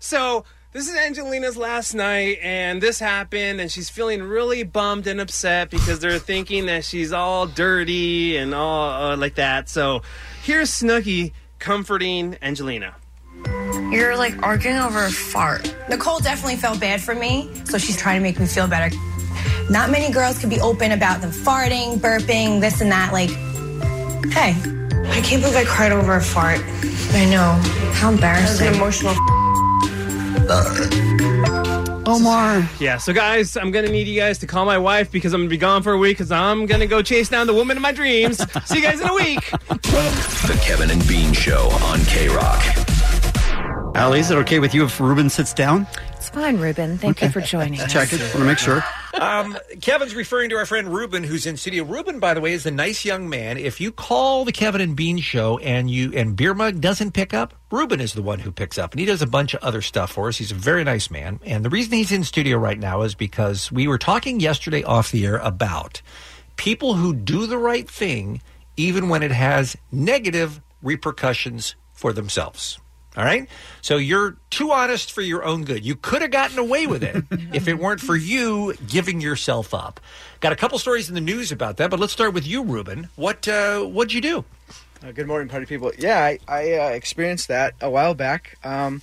So this is Angelina's last night, and this happened, and she's feeling really bummed and upset because they're thinking that she's all dirty and all uh, like that. So here's Snooky comforting Angelina.
You're like arguing over a fart. Nicole definitely felt bad for me, so she's trying to make me feel better. Not many girls can be open about them farting, burping, this and that. Like, hey. I can't believe I cried over a fart. I know. How embarrassing. That was an emotional.
Omar.
Yeah, so guys, I'm gonna need you guys to call my wife because I'm gonna be gone for a week because I'm gonna go chase down the woman of my dreams. See you guys in a week.
The Kevin and Bean Show on K Rock.
Allie, is it okay with you if Ruben sits down?
It's fine, Ruben. Thank you for joining us.
Check it. Want to make sure.
um, Kevin's referring to our friend Ruben, who's in studio. Ruben, by the way, is a nice young man. If you call the Kevin and Bean show and you and Beer Mug doesn't pick up, Ruben is the one who picks up, and he does a bunch of other stuff for us. He's a very nice man, and the reason he's in studio right now is because we were talking yesterday off the air about people who do the right thing, even when it has negative repercussions for themselves. All right. So you're too honest for your own good. You could have gotten away with it if it weren't for you giving yourself up. Got a couple stories in the news about that, but let's start with you, Ruben. What uh, what'd you do?
Uh, good morning, party people. Yeah, I, I uh, experienced that a while back. Um,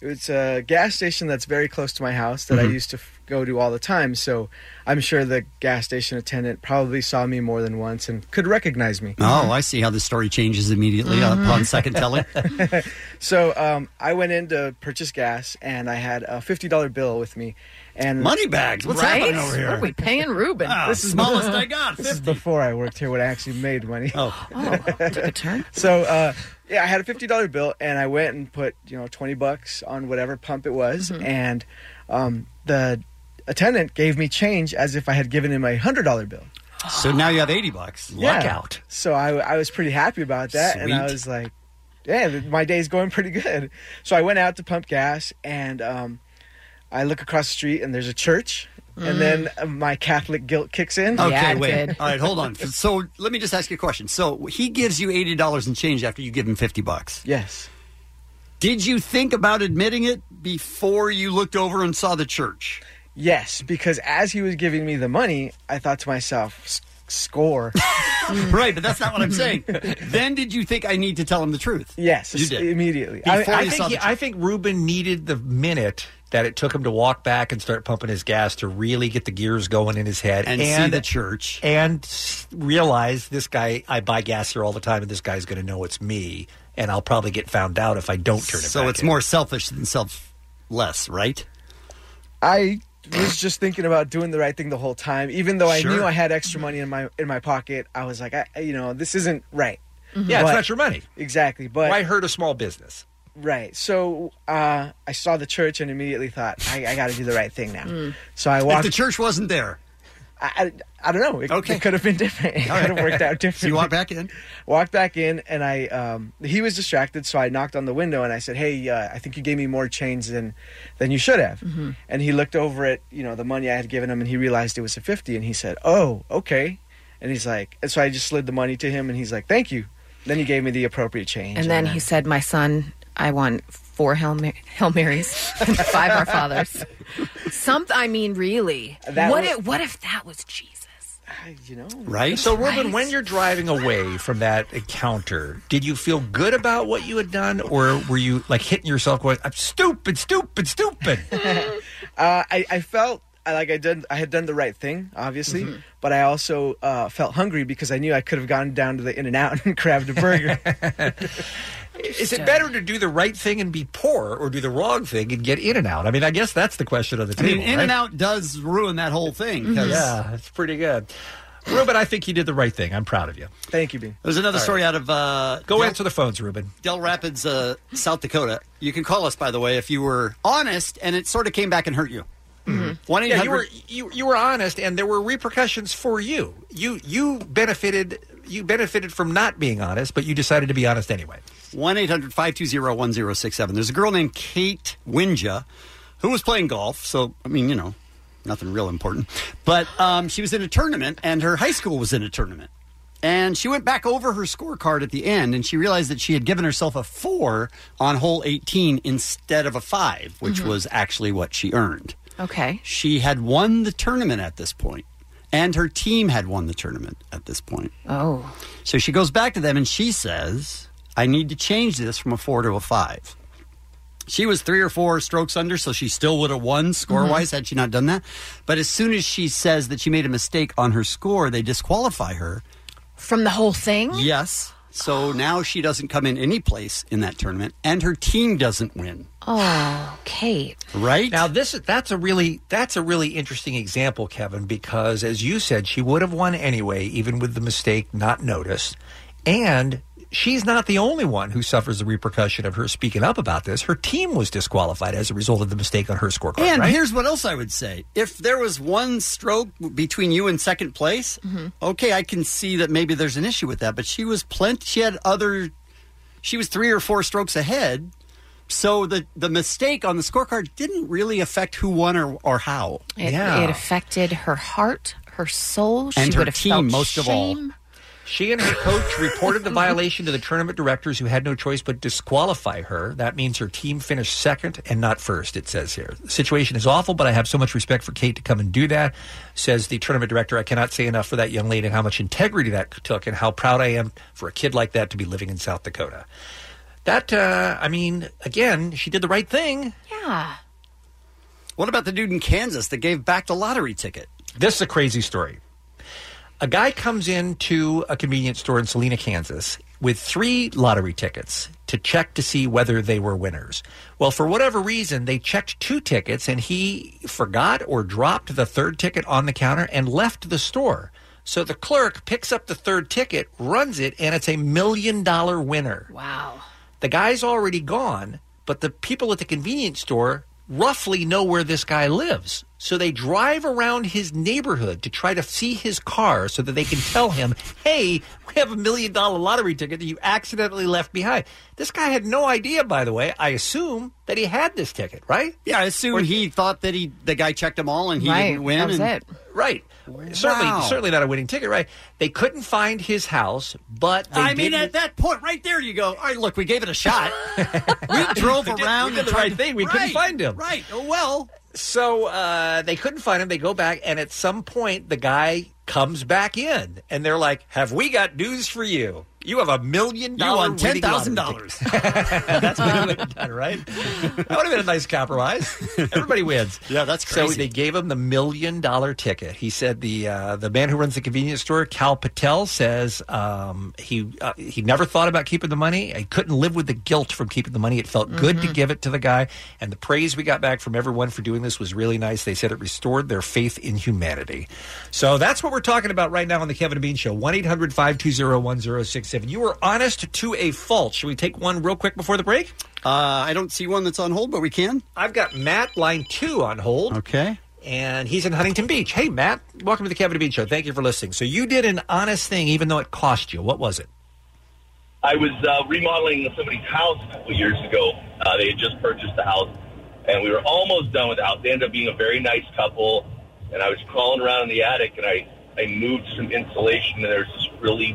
It's a gas station that's very close to my house that I
Mm-hmm.
Mhm.
used to f- go to all the time. So I'm sure the gas station attendant probably saw me more than once and could recognize me.
Oh, I see how the story changes immediately
Mhm.
upon second telling.
<laughs> So um, I went in to purchase gas, and I had a fifty dollar bill with me. And
Money bags. What's
Right?
happening over here? Ah,
What are we
paying Ruben?
this is
<laughs>
This is before I worked here when I actually made money.
Oh,
took a turn. <laughs> So uh, yeah, I had a fifty dollar bill, and I went and put you know twenty bucks on whatever pump it was,
Mhm.
and um, the attendant gave me change as if I had given him a hundred dollar bill.
So now you have 80 bucks. Luck
Yeah.
out.
So I, I was pretty happy about that, and I
Sweet.
was like, "Yeah, th- my day's going pretty good." So I went out to pump gas, and um, I look across the street, and there's a church,
Mm.
and then uh, my Catholic guilt kicks in.
Okay, wait. All right, hold
<laughs>
on. So let me just ask you a question. So he gives you eighty dollars in change after you give him fifty bucks.
Yes.
Did you think about admitting it before you looked over and saw the church?
Yes, because as he was giving me the money, I thought to myself, "S- "Score."
<laughs> right, but that's not what I'm saying. then did you think I need to tell him the truth?
Yes,
you did
immediately.
Before
I,
you
think
saw
he-
the
I think Ruben needed the minute that it took him to walk back and start pumping his gas to really get the gears going in his head
And see the church
and s- realize this guy. I buy gas here all the time, and this guy's going to know it's me, and I'll probably get found out if I don't turn it.
So
back
it's
in.
more selfish than selfless, right?
I was just thinking about doing the right thing the whole time, even though I
Sure.
knew I had extra money in my in my pocket. I was like, I, I- you know, this isn't right.
Yeah, it's
But-
not your money.
Exactly, but
Why hurt a small business?
Right. So uh, I saw the church and immediately thought, I, I got to do the right thing now. So I walked.
If the church wasn't there,
I, I, I don't know. It,
Okay.
it could have been different. It
All right.
could have worked out differently.
So you walked back in?
Walked back in, and I um, he was distracted, so I knocked on the window and I said, "Hey, uh, I think you gave me more change than than you should have."
Mhm.
And he looked over at you know the money I had given him, and he realized it was a fifty, and he said, "Oh, okay." And he's like, and so I just slid the money to him, and he's like, "Thank you." Then he gave me the appropriate change,
And then he said, "My son, I want four Hail, Mar- Hail Marys, <laughs> and five Our Fathers." Some, I mean, really.
That
what
was-
if what if that was Jesus?
you know,
Right?
So, Ruben,
Right.
when you're driving away from that encounter, did you feel good about what you had done, or were you like hitting yourself going, I'm stupid, stupid, stupid?
uh, I, <laughs> I felt I- like I did. I had done the right thing, obviously,
Mm-hmm.
but I also uh, felt hungry because I knew I could have gone down to the In and Out <laughs> and grabbed a
<laughs>
burger.
Is it better to do the right thing and be poor, or do the wrong thing and get in and out? I mean, I guess that's the question of the
I
table.
mean, in and
right? Mm-hmm.
out does ruin that whole thing. 'cause-
Yeah, it's pretty good. Ruben, I think you did the right thing. I'm proud of you.
Thank you, Bean.
There's another
All right.
story out of uh,
Go answer the phones, Ruben.
Del Rapids, uh, South Dakota. You can call us, by the way, if you were honest and it sort of came back and hurt you. One
Yeah, you were you, you were honest, and there were repercussions for you. You you benefited you benefited from not being honest, but you decided to be honest anyway.
1 800 520 1067. There's a girl named Kate Winja who was playing golf. So, I mean, you know, nothing real important. But um, she was in a tournament, and her high school was in a tournament. And she went back over her scorecard at the end, and she realized that she had given herself a four on hole 18 instead of a five, which
Mhm.
was actually what she earned.
Okay.
She had won the tournament at this point, and her team had won the tournament at this point.
Oh.
So she goes back to them and she says, I need to change this from a four to a five. She was three or four strokes under, so she still would have won score wise
Mm-hmm.
had she not done that. But as soon as she says that she made a mistake on her score, they disqualify her.
From the whole thing?
Yes. So now she doesn't come in any place in that tournament, and her team doesn't win.
Oh, Kate.
Right
now, this that's a really that's a really interesting example, Kevin, because as you said, she would have won anyway, even with the mistake not noticed, and. She's not the only one who suffers the repercussion of her speaking up about this. Her team was disqualified as a result of the mistake on her scorecard.
And
right?
here's what else I would say. If there was one stroke between you and second place,
Mm-hmm.
okay, I can see that maybe there's an issue with that, but she was plenty she had other she was 3 or 4 strokes ahead. So the the mistake on the scorecard didn't really affect who won or or how.
It, it affected her heart, her soul. She
And her
would have
team,
felt
most of all.
shame.
She and
<laughs>
her coach reported the violation to the tournament directors who had no choice but disqualify her. That means her team finished second and not first, it says here. The situation is awful, but I have so much respect for Kate to come and do that, says the tournament director. I cannot say enough for that young lady and how much integrity that took and how proud I am for a kid like that to be living in South Dakota. That, uh, I mean, again, she did the right thing.
Yeah.
What about the dude in Kansas that gave back the lottery ticket?
This is a crazy story. A guy comes into a convenience store in Salina, Kansas, with three lottery tickets to check to see whether they were winners. Well, for whatever reason, they checked two tickets and he forgot or dropped the third ticket on the counter and left the store. So the clerk picks up the third ticket, runs it, and it's a million dollar winner.
Wow.
The guy's already gone, but the people at the convenience store roughly know where this guy lives. So they drive around his neighborhood to try to see his car so that they can tell him, hey, we have a million dollar lottery ticket that you accidentally left behind. This guy had no idea, by the way, I assume, that he had this ticket, right?
Yeah, I assume he thought that he the guy checked them all and he didn't win. and-
Right. Certainly,
Wow.
certainly not a winning ticket, right? They couldn't find his house, but they
I mean,
didn't-
at that point, right there, you go. All right, look, we gave it a
<laughs>
shot. we drove
We did- we
around.
did
and
the
tried
right
to-
thing. We couldn't
Right,
find him.
Right. Oh well.
So uh, they couldn't find him. They go back, and at some point, the guy comes back in, and they're like, "Have we got news for you? You have a million
You
dollar
won ten
winning
thousand
lottery
dollars.
<laughs> That's what it would have done, right? That would have been a nice compromise. Everybody wins. <laughs> Yeah, that's So
crazy.
they gave him the million dollar ticket. He said the uh, the man who runs the convenience store, Cal Patel, says um, he uh, he never thought about keeping the money. He couldn't live with the guilt from keeping the money. It felt good to
Mhm.
give it to the guy, and the praise we got back from everyone for doing this was really nice. They said it restored their faith in humanity. So that's what we're talking about right now on the Kevin and Bean Show. 1 800 520 1067. You were honest to a fault. Should we take one real quick before the break?
Uh, I don't see one that's on hold, but we can.
I've got Matt, line two, on hold.
Okay.
And he's in Huntington Beach. Hey, Matt, welcome to the Kevin and Bean Show. Thank you for listening. So you did an honest thing, even though it cost you. What was it?
I was uh, remodeling somebody's house a couple years ago. Uh, they had just purchased the house, and we were almost done with the house. They ended up being a very nice couple, and I was crawling around in the attic, and I, I moved some insulation, and there's this really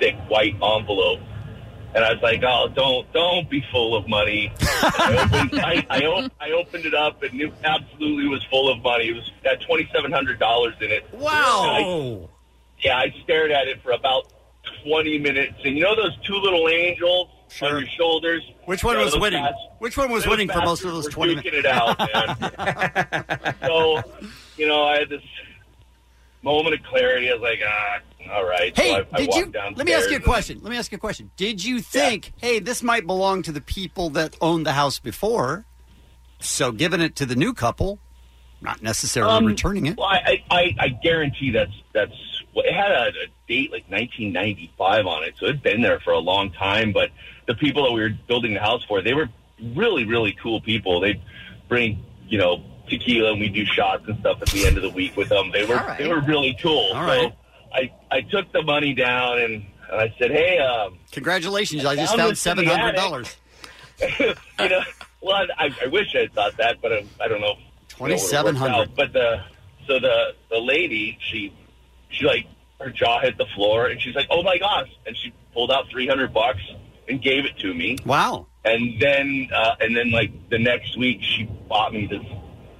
thick white envelope. And I was like, "Oh, don't don't be full of money." I opened, I, I, op- I opened it up, and it absolutely was full of money. It was got twenty seven hundred dollars in it. And I-
Wow.
yeah, I stared at it for about 20 minutes. And you know those two little angels on your shoulders?
Which one
Yeah,
was
those
winning?
bats-
Which one was
those
winning for
bats
most of those
were
20 minutes?
duking it out,
<laughs>
man. so, you know, I had this moment of clarity. I was like, ah, all right.
Hey,
so I, I
did
walked
you?
downstairs
Let me ask you a
and-
question. Let me ask you a question. Did you think, hey, this might belong to the people that owned the house before? So giving it to the new couple, not necessarily
Um,
returning it.
Well, I, I- I, I guarantee that's that's what it had a, a date like 1995 on it, so it'd been there for a long time. But the people that we were building the house for, they were really really cool people. They would bring you know tequila and we do shots and stuff at the end of the week with them. They were
All right.
they were really cool.
All right.
So I I took the money down and, and I said, hey. Um,
Congratulations! I just
found
found
this in
seven
the
hundred
attic.
dollars.
you know, well, I, I wish I had thought that, but I, I don't know. if, you know, it worked
2700.
out. But the so the the lady, she she like her jaw hit the floor, and she's like, "Oh my gosh!" And she pulled out three hundred bucks and gave it to me.
Wow.
And then uh, and then like the next week, she bought me this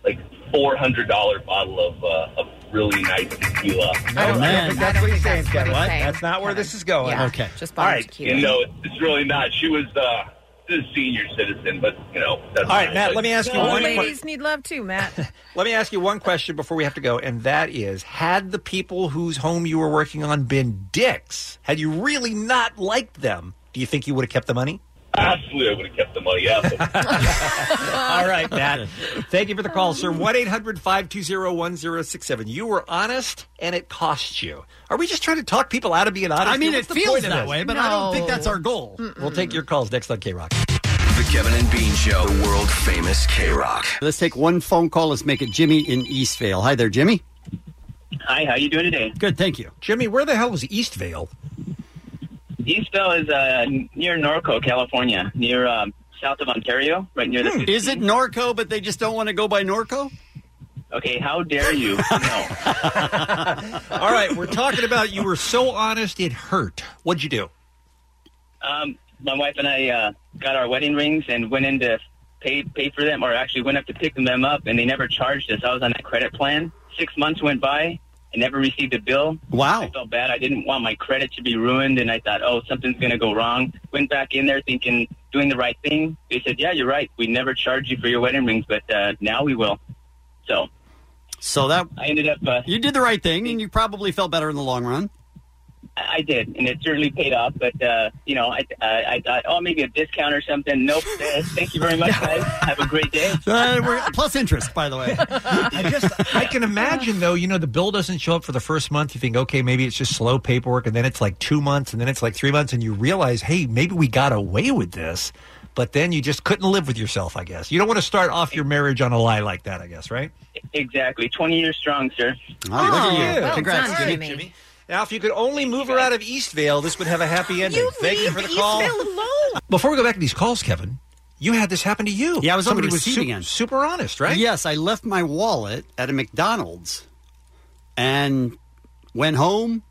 like four hundred dollar bottle of uh, of really nice tequila. uh,
I don't,
Oh,
I don't think that's what he's saying, Kevin.
he's
What?
saying,
That's not where this is going.
Yeah,
okay.
Just
All right.
You know, it's really not. She was uh, this is a senior citizen, but you know. That's
All right,
fine.
Matt,
But-
let me ask you
Old
one que-
ladies need love
<laughs>
too, Matt.
Let me ask you one question before we have to go, and that is: Had the people whose home you were working on been dicks? Had you really not liked them? Do you think you would have kept
<laughs>
the money?
Absolutely, I would have kept the money out.
All right, Matt. Thank you for the call, sir. 1 800 520 1067. You were honest and it cost you. Are we just trying to talk people out of being honest?
I mean,
What's
it
the
feels
point of
that
this?
way, but I don't think that's our goal.
We'll take your calls next on K Rock.
The Kevin and Bean Show, the world famous K Rock.
Let's take one phone call. Let's make it Jimmy in Eastvale. Hi there, Jimmy.
Hi, how you doing today?
Good, thank you.
Jimmy, where the hell was Eastvale?
Eastville is uh, near Norco, California, near um, south of Ontario, right near the.
Hmm.
15.
Is it Norco, but they just don't want to go by Norco?
Okay, how dare you?
All right, we're talking about you were so honest it hurt. What'd you do?
Um, my wife and I uh, got our wedding rings and went in to pay pay for them, or actually went up to pick them up, and they never charged us. I was on that credit plan. Six months went by. I never received a bill.
Wow.
I felt bad. I didn't want my credit to be ruined, and I thought, oh, something's going to go wrong. Went back in there thinking doing the right thing. They said, yeah, you're right. We never charge you for your wedding rings, but uh, now we will. So
<laughs> So that
I ended up. Uh,
you did the right thing, and you probably felt better in the long run.
I I did, and it certainly paid off. But uh, you know, I, I, I thought, oh, maybe a discount or something. Nope. Uh, thank you very much, guys. Have a great day.
Uh, we're, plus interest, by the way.
I just I can imagine though, you know, the bill doesn't show up for the first month. You think, okay, maybe it's just slow paperwork, and then it's like two months, and then it's like three months, and you realize, hey, maybe we got away with this, but then you just couldn't live with yourself. I guess you don't want to start off your marriage on a lie like that. I guess, right?
Exactly. Twenty years strong, sir.
Oh, look at you. well Congrats, done, Jimmy. Jimmy. Now, if you could only move her out of Eastvale, this would have a happy ending. Thank you for the call. Before we go back to these calls, Kevin, you had this happen to you.
Yeah, I was
somebody
on the
was
receiving
su-
end.
super honest, right?
Yes, I left my wallet at a McDonald's and went home.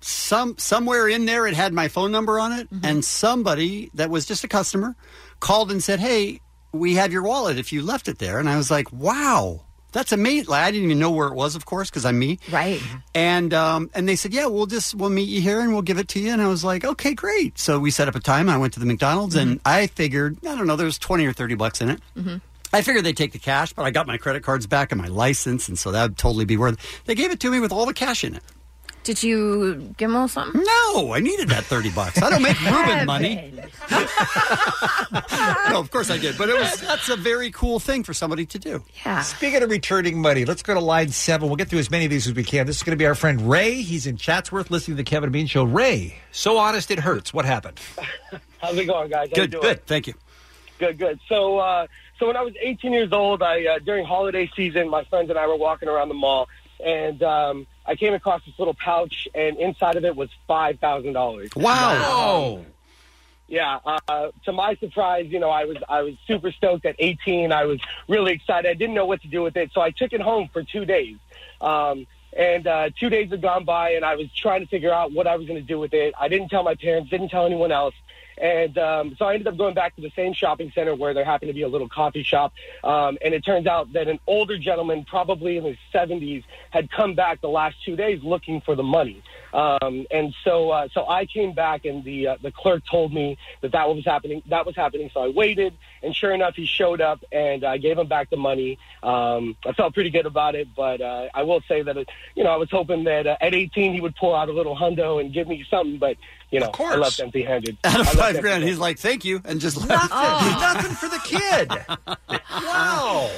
Some somewhere in there, it had my phone number on it, and somebody that was just a customer called and said, "Hey, we have your wallet if you left it there." And I was like, "Wow." That's amazing. Like, I didn't even know where it was, of course, because I'm me.
Right.
And um, and they said, yeah, we'll just we'll meet you here and we'll give it to you. And I was like, okay, great. So we set up a time. I went to the McDonald's and I figured, I don't know, there was twenty or thirty bucks in it.
Mm-hmm.
I figured they'd take the cash, but I got my credit cards back and my license, and so that would totally be worth. It. They gave it to me with all the cash in it.
Did you give him a little something?
No, I needed that thirty bucks. I don't make Reuben money. <laughs> no, of course I did, but it was that's a very cool thing for somebody to do.
Yeah.
Speaking of returning money, let's go to line seven. We'll get through as many of these as we can. This is going to be our friend Ray. He's in Chatsworth listening to the Kevin and Bean Show. Ray, so honest it hurts. What happened?
How's it going, guys? How you
good,
doing?
good. Thank you.
good, good. So, uh, so when I was 18 years old, I uh, during holiday season, my friends and I were walking around the mall, and um, I came across this little pouch, and inside of it was five thousand dollars.
Wow.
Yeah. Uh, to my surprise, you know, I was I was super stoked at 18. I was really excited. I didn't know what to do with it, so I took it home for two days. Um, and uh, two days had gone by, and I was trying to figure out what I was going to do with it. I didn't tell my parents, didn't tell anyone else. And um, so I ended up going back to the same shopping center where there happened to be a little coffee shop. Um, and it turns out that an older gentleman, probably in his 70s, had come back the last two days looking for the money. Um, and so, uh, so I came back, and the uh, the clerk told me that that was happening. That was happening. So I waited, and sure enough, he showed up, and I gave him back the money. Um, I felt pretty good about it, but uh, I will say that it, you know I was hoping that uh, at 18 he would pull out a little hundo and give me something, but you know I left empty-handed.
Out of
I left
five grand, he's like, "Thank you," and just left it.
Nothing for the kid. <laughs> wow.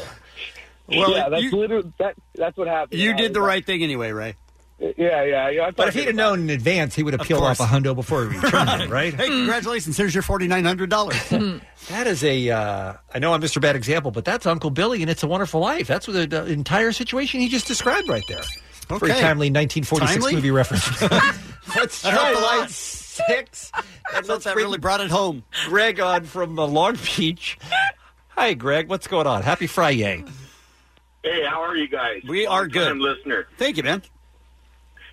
Well,
yeah, that's
you-
literally that, that's what happened.
You
I
did
was
the
like,
right thing anyway, Ray.
Yeah, yeah, yeah. I
But
felt
if he'd
good
have known in advance, he would have
Of
peeled off
course.
a hundo before he <laughs>
<laughs>
returned it, right?
Hey, congratulations! Here's your forty nine hundred dollars.
<laughs> That is a, uh, I know I'm Mr. Bad Example, but that's Uncle Billy and It's a Wonderful Life. That's what the, the entire situation he just described right there. Very
Okay.
timely 1946
Timely?
movie reference. Let's
That helped
try
a lot.
line six. And let's
that
bring
really brought it home.
Greg on from uh, Long Beach. <laughs> Hi, Greg. What's going on? Happy Friday.
Hey, how are you guys?
We are good.
Long-time listener.
Thank you, man.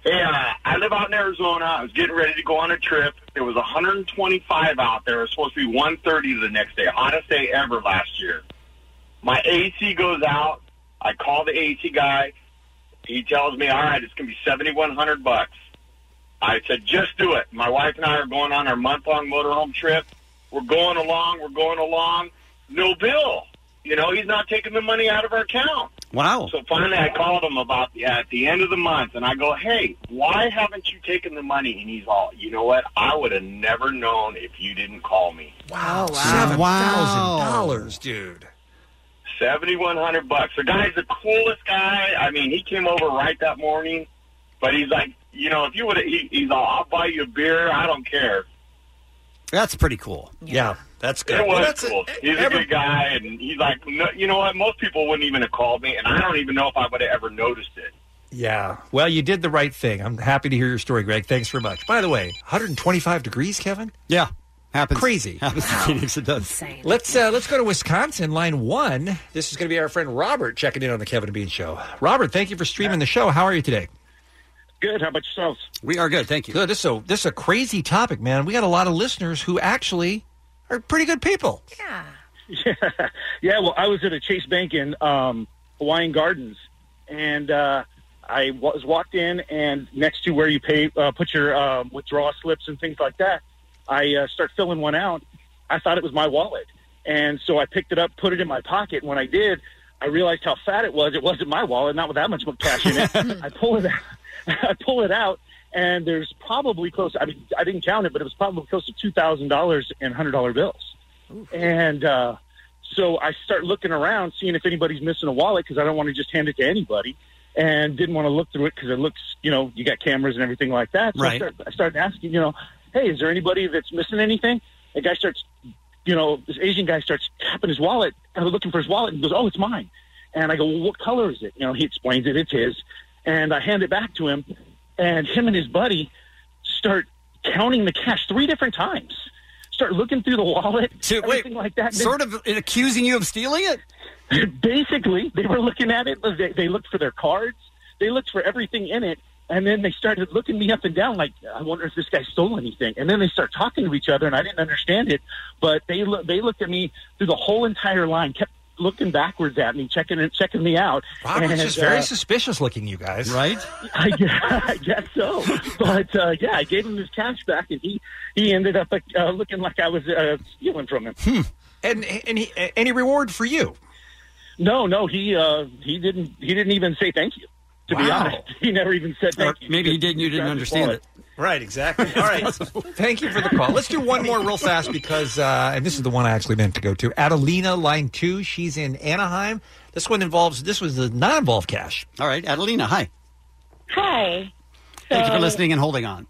Hey, uh, I live out in Arizona. I was getting ready to go on a trip. It was 125 out there. It was supposed to be 130 the next day. Hottest day ever last year. My AC goes out. I call the AC guy. He tells me, "All right, it's going to be 7,100 bucks." I said, "Just do it." My wife and I are going on our month-long motorhome trip. We're going along. We're going along. No bill. You know, he's not taking the money out of our account.
Wow.
So finally, I called him about the, at the end of the month, and I go, "Hey, why haven't you taken the money?" And he's all, "You know what? I would have never known if you didn't call me.
Wow.
$7,000,
$7,000,
dude.
Seventy one hundred bucks. The guy's the coolest guy. I mean, he came over right that morning, but he's like, you know, if you would, he, he's all, "I'll buy you a beer. I don't care."
That's pretty cool. Yeah, that's
It was cool. he's a good guy, and he's like, no, you know what? Most people wouldn't even have called me, and I don't even know if I would have ever noticed it.
Yeah. Well, you did the right thing. I'm happy to hear your story, Greg. Thanks very much. By the way, 125 degrees, Kevin?
Yeah. Happens.
Crazy.
Happens in Phoenix. It does.
Let's uh, let's go to Wisconsin, line one. This is going to be our friend Robert checking in on the Kevin and Bean Show. Robert, thank you for streaming the show. How are you today?
Good. How about yourselves?
We are good. Thank you.
Good. This is a, this is a crazy topic, man. We got a lot of listeners who actually are pretty good people.
Yeah, yeah. Well, I was at a Chase Bank in um, Hawaiian Gardens, and uh, I was walked in, and next to where you pay, uh, put your um, withdrawal slips and things like that, I uh, start filling one out. I thought it was my wallet. And so I picked it up, put it in my pocket. When I did, I realized how fat it was. It wasn't my wallet, not with that much cash in it. I pull it out. <laughs> I pull it out, and there's probably close. I mean, I didn't count it, but it was probably close to two thousand dollars in hundred dollar bills. And uh, so I start looking around, seeing if anybody's missing a wallet because I don't want to just hand it to anybody. And didn't want to look through it because it looks, you know, you got cameras and everything like that. So I,
Right.
start, I started asking, you know, hey, is there anybody that's missing anything? The guy starts you know, this Asian guy starts tapping his wallet, kind of looking for his wallet, and goes, "Oh, it's mine." And I go, "Well, what color is it?" You know, he explains it. It's his, and I hand it back to him, and him and his buddy start counting the cash three different times. Start looking through the wallet, everything like that.
sort of accusing you of stealing
it. <laughs> Basically, they were looking at it. They, they looked for their cards. They looked for everything in it. And then they started looking me up and down, like, I wonder if this guy stole anything. And then they start talking to each other, and I didn't understand it. But they loo- they looked at me through the whole entire line, kept looking backwards at me, checking it, checking me out.
Robert's
And,
<laughs>
just very
uh,
suspicious looking, you guys.
Right?
I guess, <laughs> I guess so. But uh, yeah, I gave him his cash back, and he he ended up uh, looking like I was uh, stealing from him.
Hmm.
And and he, any reward for you?
No, no, he uh, he didn't he didn't even say thank you. To be
Wow.
honest, <laughs> he never even said thank you.
Maybe he did and you didn't
Grabbed his
understand
wallet.
it.
Right, exactly.
<laughs>
All right. Thank you for the call. Let's do one more real fast because, uh, and this is the one I actually meant to go to. Adelina, line two. She's in Anaheim. This one involves, this was the not involved cash.
All right, Adelina, hi.
Hi.
Thank you for
So-
listening and holding on.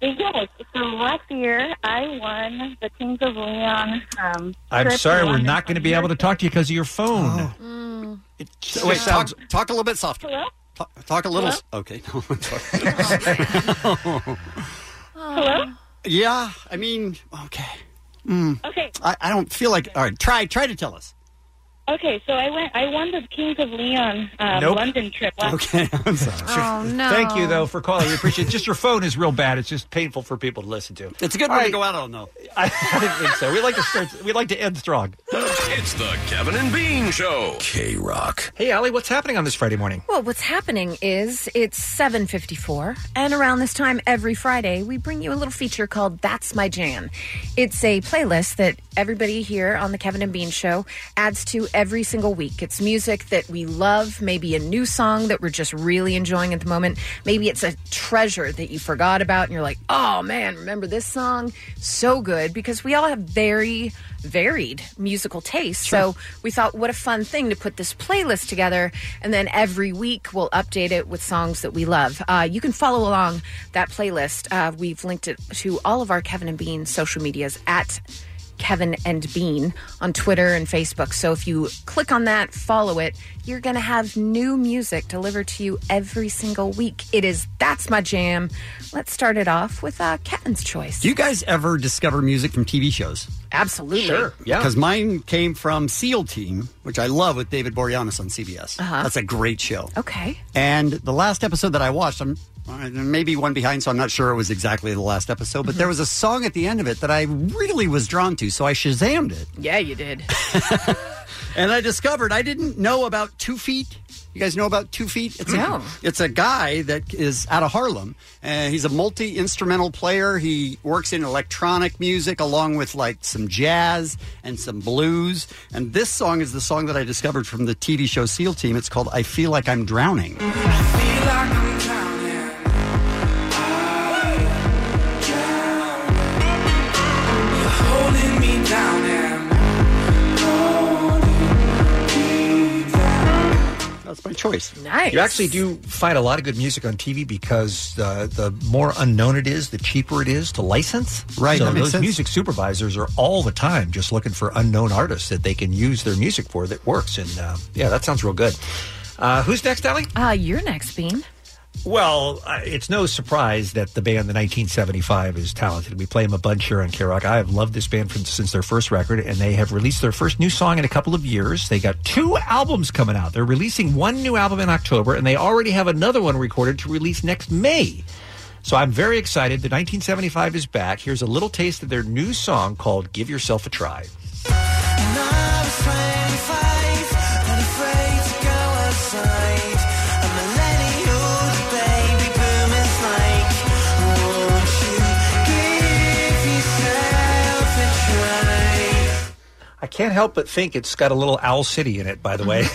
Yes. So last year, I won the Kings of Leon. Um,
I'm
trip
sorry,
to
we're
London.
not going to be able to talk to you because of your phone.
Oh. So wait,
sounds-
talk, talk a little bit softer.
Mm. Hello.
Talk, talk a little. s- Okay. No, I'm
<laughs>
<laughs> sorry.
Hello.
yeah, I mean, okay. Mm.
Okay.
I, I don't feel like. All right, try try to tell us.
Okay. So I went. I won the Kings of Leon um,
Nope.
London trip. Last
Okay,
<laughs>
I'm sorry.
Oh, no.
Thank you though for calling. We appreciate it. Just your phone is real bad. It's just painful for people to listen to.
It's a good
All
one
right.
to go out on, though.
<laughs> I, I think so. We like to start. We like to end strong.
It's the Kevin and Bean Show.
K Rock. Hey, Allie, what's happening on this Friday morning?
Well, what's happening is it's 7:54 and around this time every Friday we bring you a little feature called That's My Jam. It's a playlist that everybody here on the Kevin and Bean show adds to every single week. It's music that we love, maybe a new song that we're just really enjoying at the moment. Maybe it's a treasure that you forgot about and you're like, "Oh man, remember this song? So good." Because we all have very varied musical tastes. So we thought, what a fun thing to put this playlist together. And then every week we'll update it with songs that we love. Uh, you can follow along that playlist. Uh, we've linked it to all of our Kevin and Bean social medias at Kevin and Bean on Twitter and Facebook. So if you click on that, follow it, you're going to have new music delivered to you every single week. It is That's My Jam. Let's start it off with uh, Kevin's Choice.
Do you guys ever discover music from TV shows?
Absolutely.
Because mine came from SEAL Team, which I love with David Boreanaz on CBS.
Uh-huh.
That's a great show.
Okay.
And the last episode that I watched, I'm uh, there may be one behind, so I'm not sure it was exactly the last episode, but there was a song at the end of it that I really was drawn to, so I Shazammed it.
Yeah, you did.
And I discovered I didn't know about Two Feet. You guys know about Two Feet? It's
No.
A, it's a guy that is out of Harlem. And he's a multi instrumental player. He works in electronic music along with like some jazz and some blues. And this song is the song that I discovered from the TV show SEAL Team. It's called I Feel Like I'm Drowning. That's my choice.
Nice.
You actually do find a lot of good music on TV because uh, the more unknown it is, the cheaper it is to license.
Right,
So
that makes
those
sense.
music supervisors are all the time just looking for unknown artists that they can use their music for that works. And uh, yeah, that sounds real good. Uh, who's next, Allie?
Uh, you're next, Bean.
Well, uh, it's no surprise that the band, the 1975, is talented. We play them a bunch here on K Rock. I have loved this band from, since their first record, and they have released their first new song in a couple of years. They got two albums coming out. They're releasing one new album in October, and they already have another one recorded to release next May. So I'm very excited. The 1975 is back. Here's a little taste of their new song called Give Yourself a Try.
Like, won't you give yourself a try?
I can't help but think it's got a little Owl City in it, by
<laughs>
the way.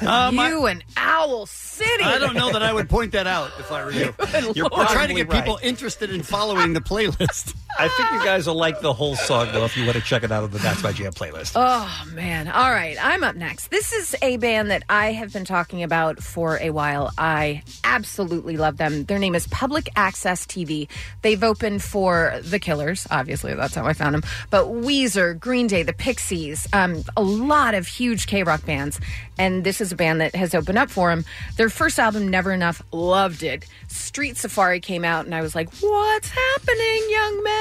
you and Owl City.
I don't know that I
<laughs>
would point that out if I were you.
Good
You're
Lord.
trying to get
Probably
people interested in following the playlist.
<laughs> I think you guys will like the whole song, though, if you want to check it out on the That's My Jam playlist.
Oh man! All right, I'm up next. This is a band that I have been talking about for a while. I absolutely love them. Their name is Public Access TV. They've opened for The Killers, obviously that's how I found them, but Weezer, Green Day, The Pixies, um, a lot of huge K rock bands, and this is a band that has opened up for them. Their first album, Never Enough, loved it. Street Safari came out, and I was like, "What's happening, young men?"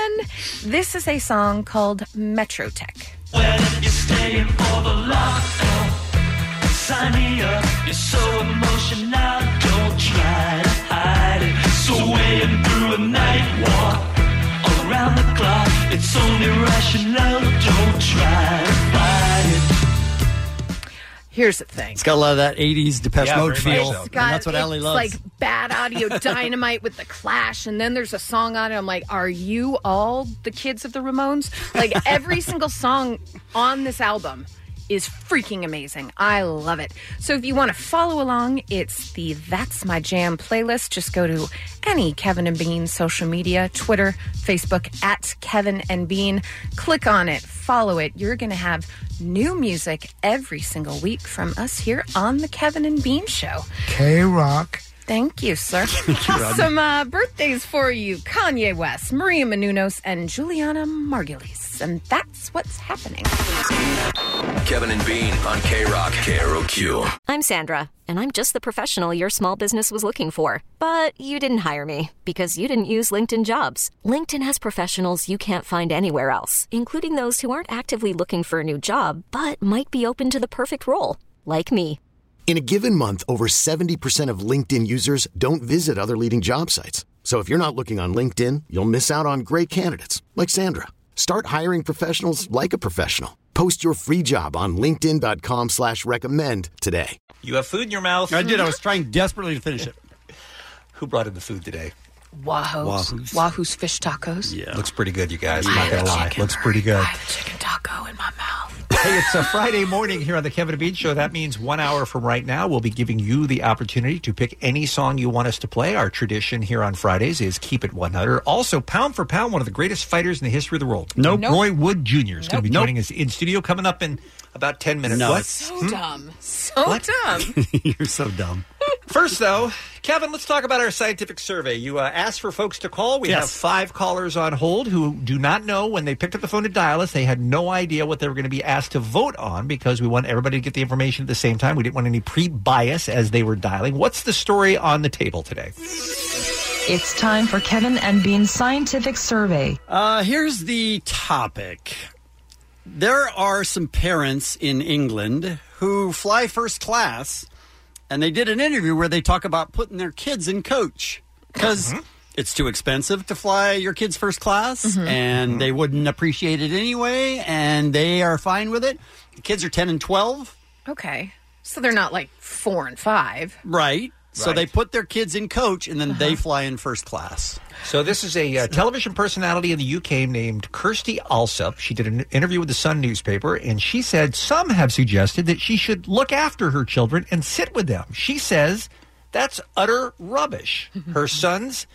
This is a song called Metrotech.
You're staying for the laughter. Sign me up. You're so emotional. Don't try to hide it. So weighing through a night walk around the clock. It's only rational. Don't try to fight it.
Here's the thing.
It's got a lot of that 80s Depeche
Yeah,
Mode
very
feel.
much so.
and
God,
that's what
it's
Allie loves.
like bad audio dynamite with the clash, and then there's a song on it. I'm like, are you all the kids of the Ramones? Like every single song on this album is freaking amazing. I love it. So if you want to follow along, it's the That's My Jam playlist. Just go to any Kevin and Bean social media, Twitter, Facebook at Kevin and Bean. Click on it, follow it. You're going to have new music every single week from us here on the Kevin and Bean show.
K Rock.
Thank you,
<laughs>
sir.
you, Rob.
Some uh, birthdays for you Kanye West, Maria Menounos, and Juliana Margulies. And that's what's happening.
Kevin and Bean on K Rock KROQ.
I'm Sandra, and I'm just the professional your small business was looking for. But you didn't hire me because you didn't use LinkedIn jobs. LinkedIn has professionals you can't find anywhere else, including those who aren't actively looking for a new job but might be open to the perfect role, like me.
In a given month, over 70% of LinkedIn users don't visit other leading job sites. So if you're not looking on LinkedIn, you'll miss out on great candidates like Sandra. Start hiring professionals like a professional. Post your free job on linkedin.com/recommend slash recommend today.
You have food in your mouth.
I did. I was
trying desperately to finish it.
Who brought in the food today?
Wahoo's.
Wahoo's.
Wahoo's, fish tacos.
Yeah.
Looks pretty good, you guys.
I
not
have
going
a
to lie.
chicken
Looks pretty good.
Chicken taco in my mouth.
Hey, it's a Friday morning here on the Kevin and Bean Show. That means one hour from right now, we'll be giving you the opportunity to pick any song you want us to play. Our tradition here on Fridays is keep it 100. Also, pound for pound, one of the greatest fighters in the history of the world.
Nope. Nope.
Roy Wood Jr. is going to be
Nope.
joining us in studio coming up in about 10 minutes.
No.
What?
So dumb. So dumb.
You're so dumb.
<laughs> First, though, Kevin, let's talk about our scientific survey. You uh, asked for folks to call. We
Yes.
have five callers on hold who do not know when they picked up the phone to dial us. They had no idea what they were going to be asked to vote on because we want everybody to get the information at the same time. We didn't want any pre bias as they were dialing. What's the story on the table today?
It's time for Kevin and Bean's scientific survey.
Uh, here's the topic. There are some parents in England who fly first class, and they did an interview where they talk about putting their kids in coach because it's too expensive to fly your kids first class, and they wouldn't appreciate it anyway, and they are fine with it. The kids are 10 and 12.
Okay. So they're not like four and <laughs> five.
Right. So they put their kids in coach and then they fly in first class.
So this is a uh, television personality in the UK named Kirsty Alsop. She did an interview with the Sun newspaper, and she said some have suggested that she should look after her children and sit with them. She says that's utter rubbish. Her sons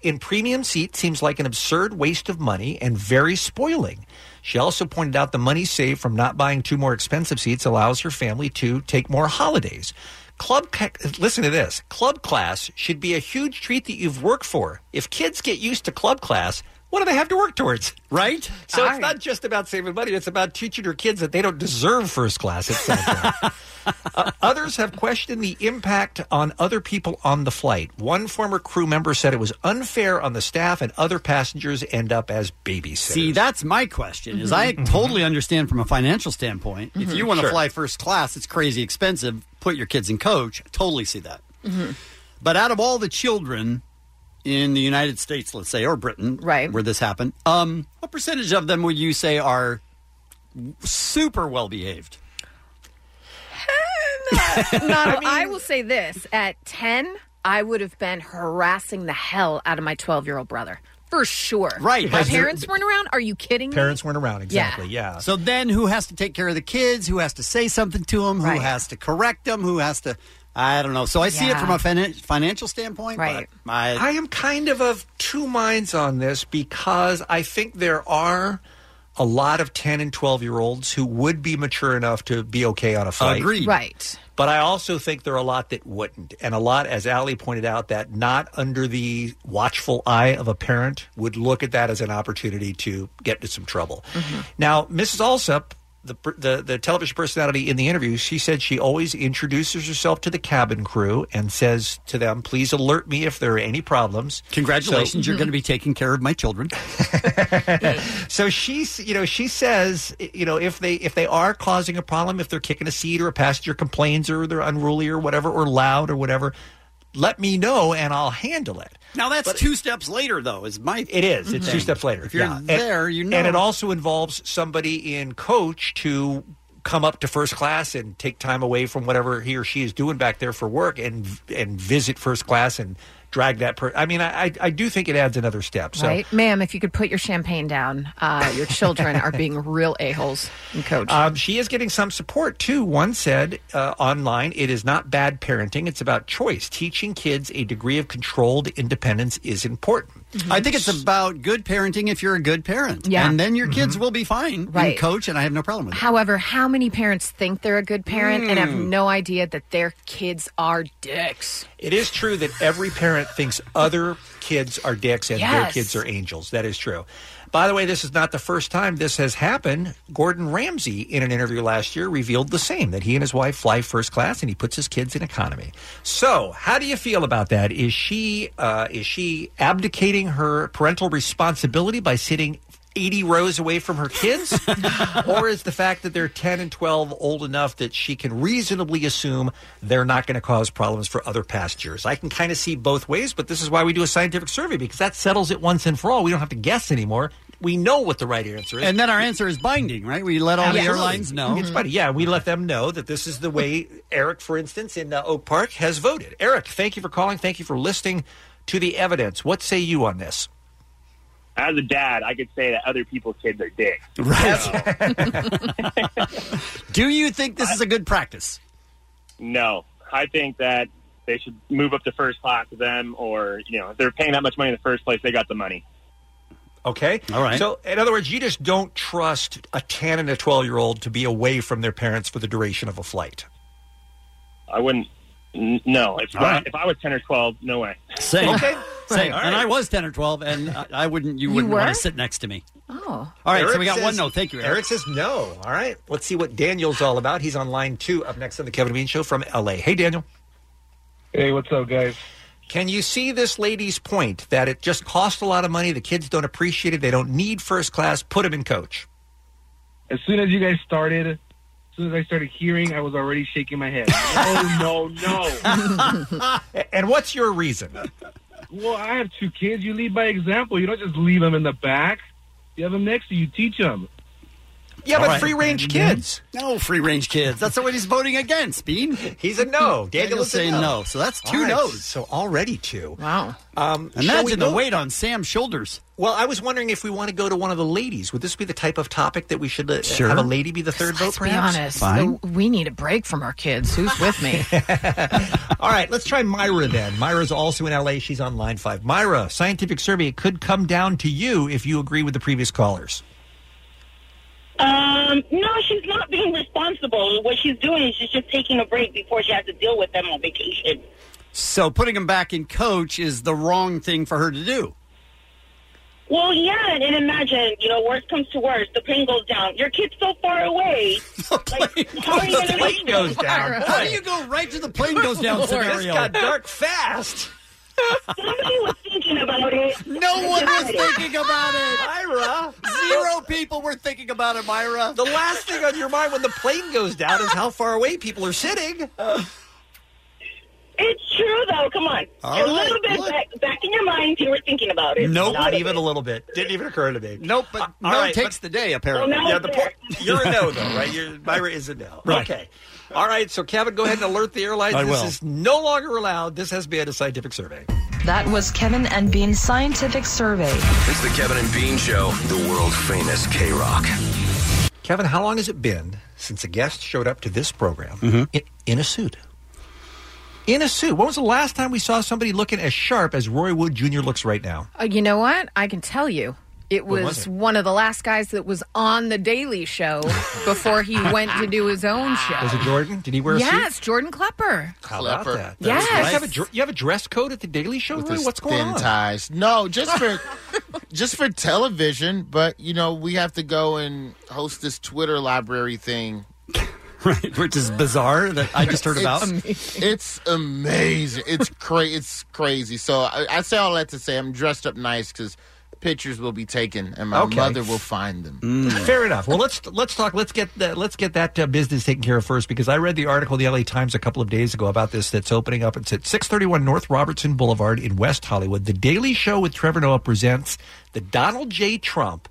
in premium seats seems like an absurd waste of money and very spoiling. She also pointed out the money saved from not buying two more expensive seats allows her family to take more holidays. Club, ca- listen to this. Club class should be a huge treat that you've worked for. If kids get used to club class, what do they have to work towards?
Right?
So it's not just about saving money, it's about teaching your kids that they don't deserve first class at some point. Uh, others have questioned the impact on other people on the flight. One former crew member said it was unfair on the staff, and other passengers end up as babysitters.
See, that's my question. Is
Mhm.
I totally understand from a financial standpoint. If
Mhm.
you want to
Sure.
fly first class, it's crazy expensive. Put your kids in coach. Totally see that.
Mm-hmm.
But out of all the children in the United States, let's say, or Britain, right, where this happened, um, what percentage of them would you say are super well behaved?
No, I will say this: at ten, I would have been harassing the hell out of my twelve-year-old brother. for sure.
Right,
My
has there-
parents weren't around. Are you kidding me?
Parents weren't around,
exactly,
Yeah. So then who has to take care of the kids? Who has to say something to them? Who has to correct them? Who has to. I don't know. So I see it
Yeah.
from a fin- financial standpoint. Right. But I,
I am kind of of two minds on this because I think there are a lot of 10 and 12 year olds who would be mature enough to be okay on a fight.
Agreed.
Right.
But I also think there are a lot that wouldn't. And a lot, as Ali pointed out, that not under the watchful eye of a parent would look at that as an opportunity to get into some trouble.
Mm-hmm.
Now, Mrs. Alsop, the, per- the the television personality in the interview, she said she always introduces herself to the cabin crew and says to them, "Please alert me if there are any problems."
Congratulations, you're going to be taking care of my children.
<laughs> So she's, you know, she says, you know, if they if they are causing a problem, if they're kicking a seat or a passenger complains or they're unruly or whatever or loud or whatever, let me know and I'll handle it.
Now that's two steps later, though. Is my
It is. It's two steps later.
Mm-hmm. If you're
Yeah. And-
there, you know.
And it also involves somebody in coach to come up to first class and take time away from whatever he or she is doing back there for work and and visit first class and drag that person. I mean, I, I I do think it adds another step. So.
Right, ma'am. If you could put your champagne down, uh, your children are being real a holes. Coach.
Um, she is getting some support too. One said uh, online, "It is not bad parenting; it's about choice. Teaching kids a degree of controlled independence is important."
I think it's about good parenting if you're a good parent.
Yeah.
And then your kids will be fine.
Right.
You coach, and I have no problem with it.
However, how many parents think they're a good parent and have
Mm.
no idea that their kids are dicks?
It is true that every parent thinks other kids are dicks and their
Yes.
kids are angels. That is true. By the way, this is not the first time this has happened. Gordon Ramsay, in an interview last year, revealed the same that he and his wife fly first class and he puts his kids in economy. So, how do you feel about that? Is she uh, is she abdicating her parental responsibility by sitting? 80 rows away from her kids? or is the fact that they're 10 and 12 old enough that she can reasonably assume they're not going to cause problems for other pastures? I can kind of see both ways, but this is why we do a scientific survey because that settles it once and for all. We don't have to guess anymore. We know what the right answer is.
And then our answer is binding, right? We let all the
Absolutely.
airlines know.
It's funny. Yeah, we let them know that this is the way Eric, for instance, in uh, Oak Park has voted. Eric, thank you for calling. Thank you for listening to the evidence. What say you on this?
As a dad, I could say that other people's kids are dicks.
Do you think this is a good practice?
No, I think that they should move up to first class with them, or you know, if they're paying that much money in the first place, they got the money.
Okay. All right. So, in other words, you just don't trust a 10 and a 12 year old to be away from their parents for the duration of a flight.
I wouldn't. N- no, if,
All right.
if I was ten or twelve, no way.
Same.
Okay.
Same.
All
And I
right.
was 10 or 12, and I, I wouldn't, you wouldn't
were?
want to sit next to me.
Oh.
All right, so we got one no. Thank you, Eric.
Eric says no. All right. Let's see what Daniel's all about. He's on line two up next on the Kevin and Bean Show from LA. Hey, Daniel.
Hey, what's up, guys?
Can you see this lady's point that it just costs a lot of money? The kids don't appreciate it. They don't need first class. Put them in coach.
As soon as you guys started, as soon as I started hearing, I was already shaking my head. no, no, no.
and what's your reason?
Well, I have two kids. You lead by example. You don't just leave them in the back. You have them next to you. Teach them.
Yeah,
All
but
right.
free range kids.
Mm-hmm. No free range kids. That's what he's voting against, Bean. <laughs>
He's a no. Daniel
Daniel's
is a
saying
no.
no. So that's two
All right.
no's.
So already two.
Wow.
Um, shall we
Imagine the
go-
weight on Sam's shoulders.
Well, I was wondering if we want to go to one of the ladies. Would this be the type of topic that we should uh,
Sure.
have a lady be the third vote?
Let's be
perhaps?
honest. the- We need a break from our kids. Who's with <laughs> me?
<laughs> All right, let's try Myra then. Myra's also in LA. She's on line five. Myra, scientific survey it could come down to you if you agree with the previous callers.
Um, no, she's not being responsible. What she's doing is she's just taking a break before she has to deal with them on vacation.
So putting him back in coach is the wrong thing for her to do.
Well, yeah, and imagine, you know, worst comes to worst, the plane goes down. Your kid's so far away. like, how are you
The
gonna
plane
goes down.
How do you go right to the plane goes down <laughs>
Lord, this
scenario?
got dark fast.
Somebody was thinking about it.
No one was thinking about it.
Myra.
Zero people were thinking about it, Myra.
The last thing on your mind when the plane goes down is how far away people are sitting.
It's true, though. Come on.
All
a little
right,
bit
look.
back, back in your mind, you were thinking about it.
Nope. Not even a little bit. Didn't even occur to me. Uh,
Nope, but
no
takes the day, apparently.
yeah, the point, you're a no, though, right? You're, Myra is a no.
Right.
Okay. All right, so Kevin, go ahead and alert the airlines.
I
this
will.
is no longer allowed. This has been a scientific survey.
That was Kevin and Bean's scientific survey.
It's the Kevin and Bean Show, the world famous K Rock.
Kevin, how long has it been since a guest showed up to this program
Mm-hmm.
in, in a suit? In a suit. When was the last time we saw somebody looking as sharp as Roy Wood Jr. looks right now?
Uh, you know what? I can tell you. It was,
When was it?
one of the last guys that was on The Daily Show before he went to do his own show.
Was it Jordan? Did he wear a
yes,
suit?
Jordan Klepper.
How about
Klepper.
that?
Yes.
You have, a, dr- you have a dress code at the Daily Show,
with
Roy?
his
What's going
thin
on?
ties. No, just
<laughs>
for just for television. But you know, we have to go and host this Twitter library thing.
<laughs> right, which is bizarre that I just heard about.
It's, it's amazing. It's cra- It's crazy. So I, I say all that to say I'm dressed up nice because pictures will be taken and my
Okay.
mother will find them.
Fair enough. Well, let's let's talk. Let's get that. Let's get that uh, business taken care of first, because I read the article in the LA Times a couple of days ago about this. That's opening up. It's at six thirty one North Robertson Boulevard in West Hollywood. The Daily Show with Trevor Noah presents the Donald J. Trump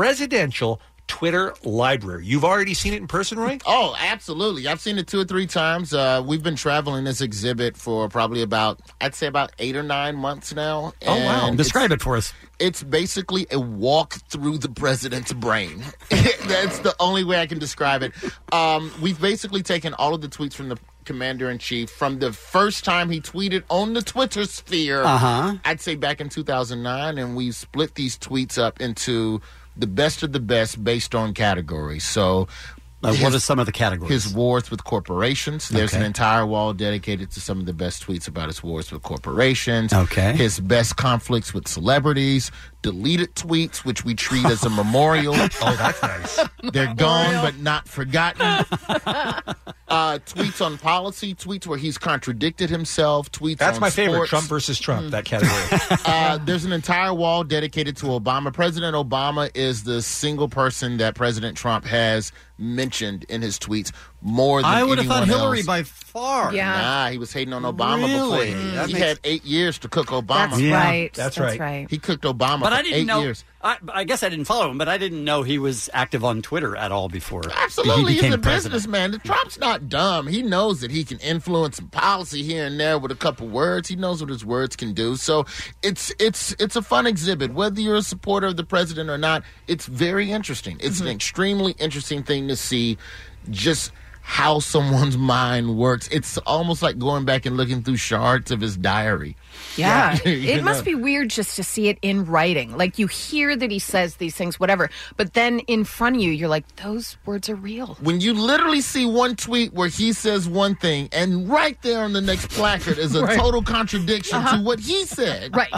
Presidential Twitter Library. You've already seen it in person, Roy.
Oh, absolutely. I've seen it two or three times. Uh, we've been traveling this exhibit for probably about, I'd say about eight or nine months now.
oh wow!
And
Describe it for us.
It's basically a walk through the president's brain. <laughs> That's the only way I can describe it. Um, we've basically taken all of the tweets from the commander in chief from the first time he tweeted on the Twitter sphere.
Uh-huh.
I'd say back in 2009, and we split these tweets up into the best of the best based on categories. So.
Uh, what
his-
are some of the categories?
His wars with corporations. There's an
Okay.
entire wall dedicated to some of the best tweets about his wars with corporations.
Okay.
His best conflicts with celebrities. Deleted tweets, which we treat as a memorial. oh, that's nice. They're gone, but not forgotten. uh, tweets on policy. Tweets where he's contradicted himself. Tweets.
That's
on
my favorite.
sports.
Trump versus Trump. That category.
Uh, there's an entire wall dedicated to Obama. President Obama is the single person that President Trump has mentioned in his tweets more than
I would have thought
anyone
Hillary
else.
by far.
Nah, he was hating on Obama
Really?
before.
That
he
makes-
had eight years to cook Obama.
That's Yeah, right. that's That's right.
right.
He cooked Obama
But
for
I didn't
eight
know.
years.
I, I guess I didn't follow him, but I didn't know he was active on Twitter at all before.
Absolutely,
he
he's
became
a
president.
businessman. Trump's not dumb. He knows that he can influence some policy here and there with a couple words. He knows what his words can do. So it's it's it's a fun exhibit. Whether you're a supporter of the president or not, it's very interesting. It's
Mm-hmm.
an extremely interesting thing to see. Just how someone's <laughs> mind works. It's almost like going back and looking through shards of his diary.
Yeah.
<laughs> You
it must
know?
be weird just to see it in writing. Like you hear that he says these things, whatever, but then in front of you, you're like, those words are
<laughs>
real.
when you literally see one tweet where he says one thing and right there on the next placard is a
Right.
total contradiction to what he said. Right.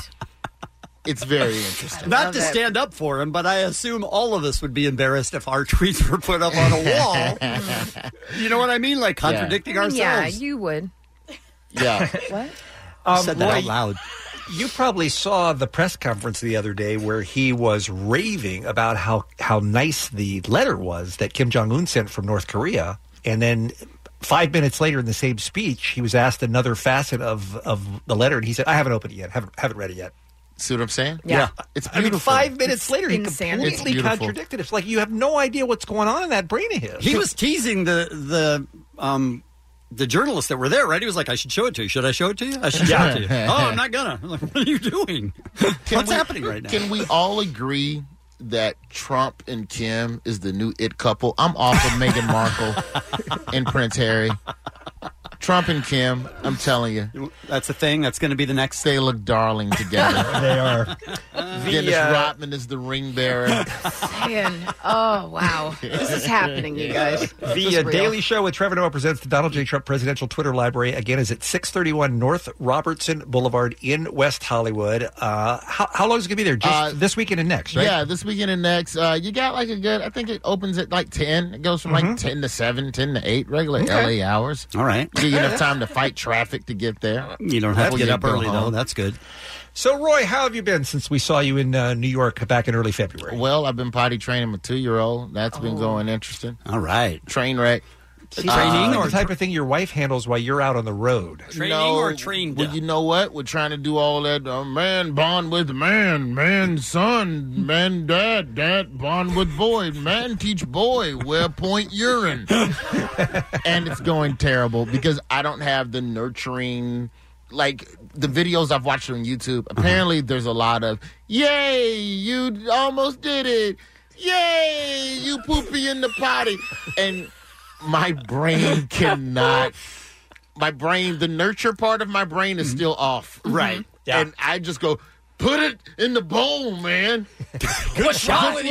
It's very interesting.
Not to stand up for him, but I assume all of us would be embarrassed if our <laughs> tweets were put up on a
Oh, <laughs> mm.
wall. you know what I mean? Like contradicting
I mean, Yeah,
ourselves.
you would.
<laughs> Yeah.
<laughs> What?
Um,
Said that out
loud. You probably saw the press conference the other day where he was raving about how, how nice the letter was that Kim Jong Un sent from North Korea, and then five minutes later in the same speech, he was asked another facet of, of the letter, and he said, "I haven't opened it yet. haven't haven't read it yet."
See what I'm saying?
Yeah,
it's
I mean, five minutes later, he
insanity. It's
completely
beautiful.
contradicted. It's like you have no idea what's going on in that brain of his.
He was teasing the the um the journalists that were there, right? He was like, "I should show it to you. Should I show it to you? I should show it to you. Oh, I'm not gonna. I'm like, what are you doing? What's happening right now?
Can we all agree that Trump and Kim is the new it couple? I'm off of Meghan Markle and Prince Harry. Trump and Kim, I'm telling you.
That's a thing. That's going to be the next.
They look darling together.
they are.
Dennis
uh,
Rodman is the ring bearer.
Man, oh, wow. This is happening, you guys. This
The uh,
is real.
Daily Show with Trevor Noah presents the Donald J. Trump Presidential Twitter Library. Again, is at 631 North Robertson Boulevard in West Hollywood. Uh, how, how long is it going to be there? Just this weekend and next, right?
Uh, Yeah, this weekend and next. Uh, you got like a good, I think it opens at like 10. It goes from like 10 to 7, 10 to 8, regular
Mm-hmm. Okay.
LA hours.
All right.
Give
<laughs>
you enough time to fight traffic to get there.
You don't have to
Before
get
you
up
go
early though.
home.
That's good.
So, Roy, how have you been since we saw you in uh, New York back in early February?
Well, I've been potty training my two year old. That's been going interesting.
Oh. All right.
Train wreck.
Training
Uh,
or the type of thing your wife handles while you're out on the road.
Training or trained?
Well, you know what? We're trying to do all that uh, man bond with man, man son, man dad, dad bond with boy, man teach boy where point urine. and it's going terrible because I don't have the nurturing like the videos I've watched on YouTube, apparently there's a lot of yay, you almost did it. Yay, you poopy in the potty. And my brain cannot my brain, the nurture part of my brain
Mm-hmm.
is still off. Right. And I just go, put it in the bowl,
<laughs>
man. Good
shot.